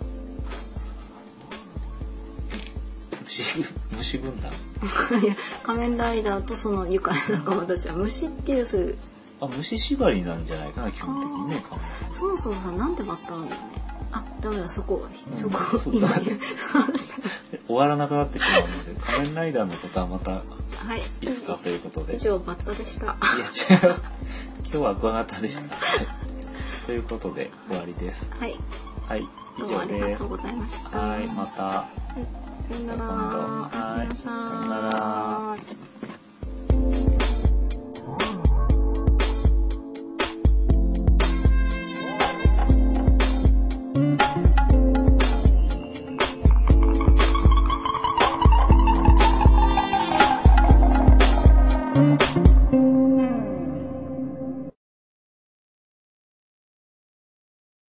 B: (laughs)
A: 虫、虫軍団。
B: いや仮面ライダーとその愉快な仲間たちは虫っていうそういう
A: あ、虫縛りなんじゃないかな、基本的にね、仮面
B: そもそもさなんでバッタなんだよねあダメだそこ
A: うん
B: そこ
A: そう
B: 今
A: だ
B: 言うそう話した
A: 終わらなくなってしまうので、 (laughs) 仮面ライダーのことはまた、
B: はい
A: いつかということで。
B: 以上バッタでした
A: いや違う。今日はクワガタでした。はいということで終わりです。
B: はい
A: はい、以
B: どうもあ
A: 上
B: り
A: です
B: がとう。ございました
A: はい、また。
B: さよなら
A: はい
B: おやすみな
A: さよ
B: さ
A: なら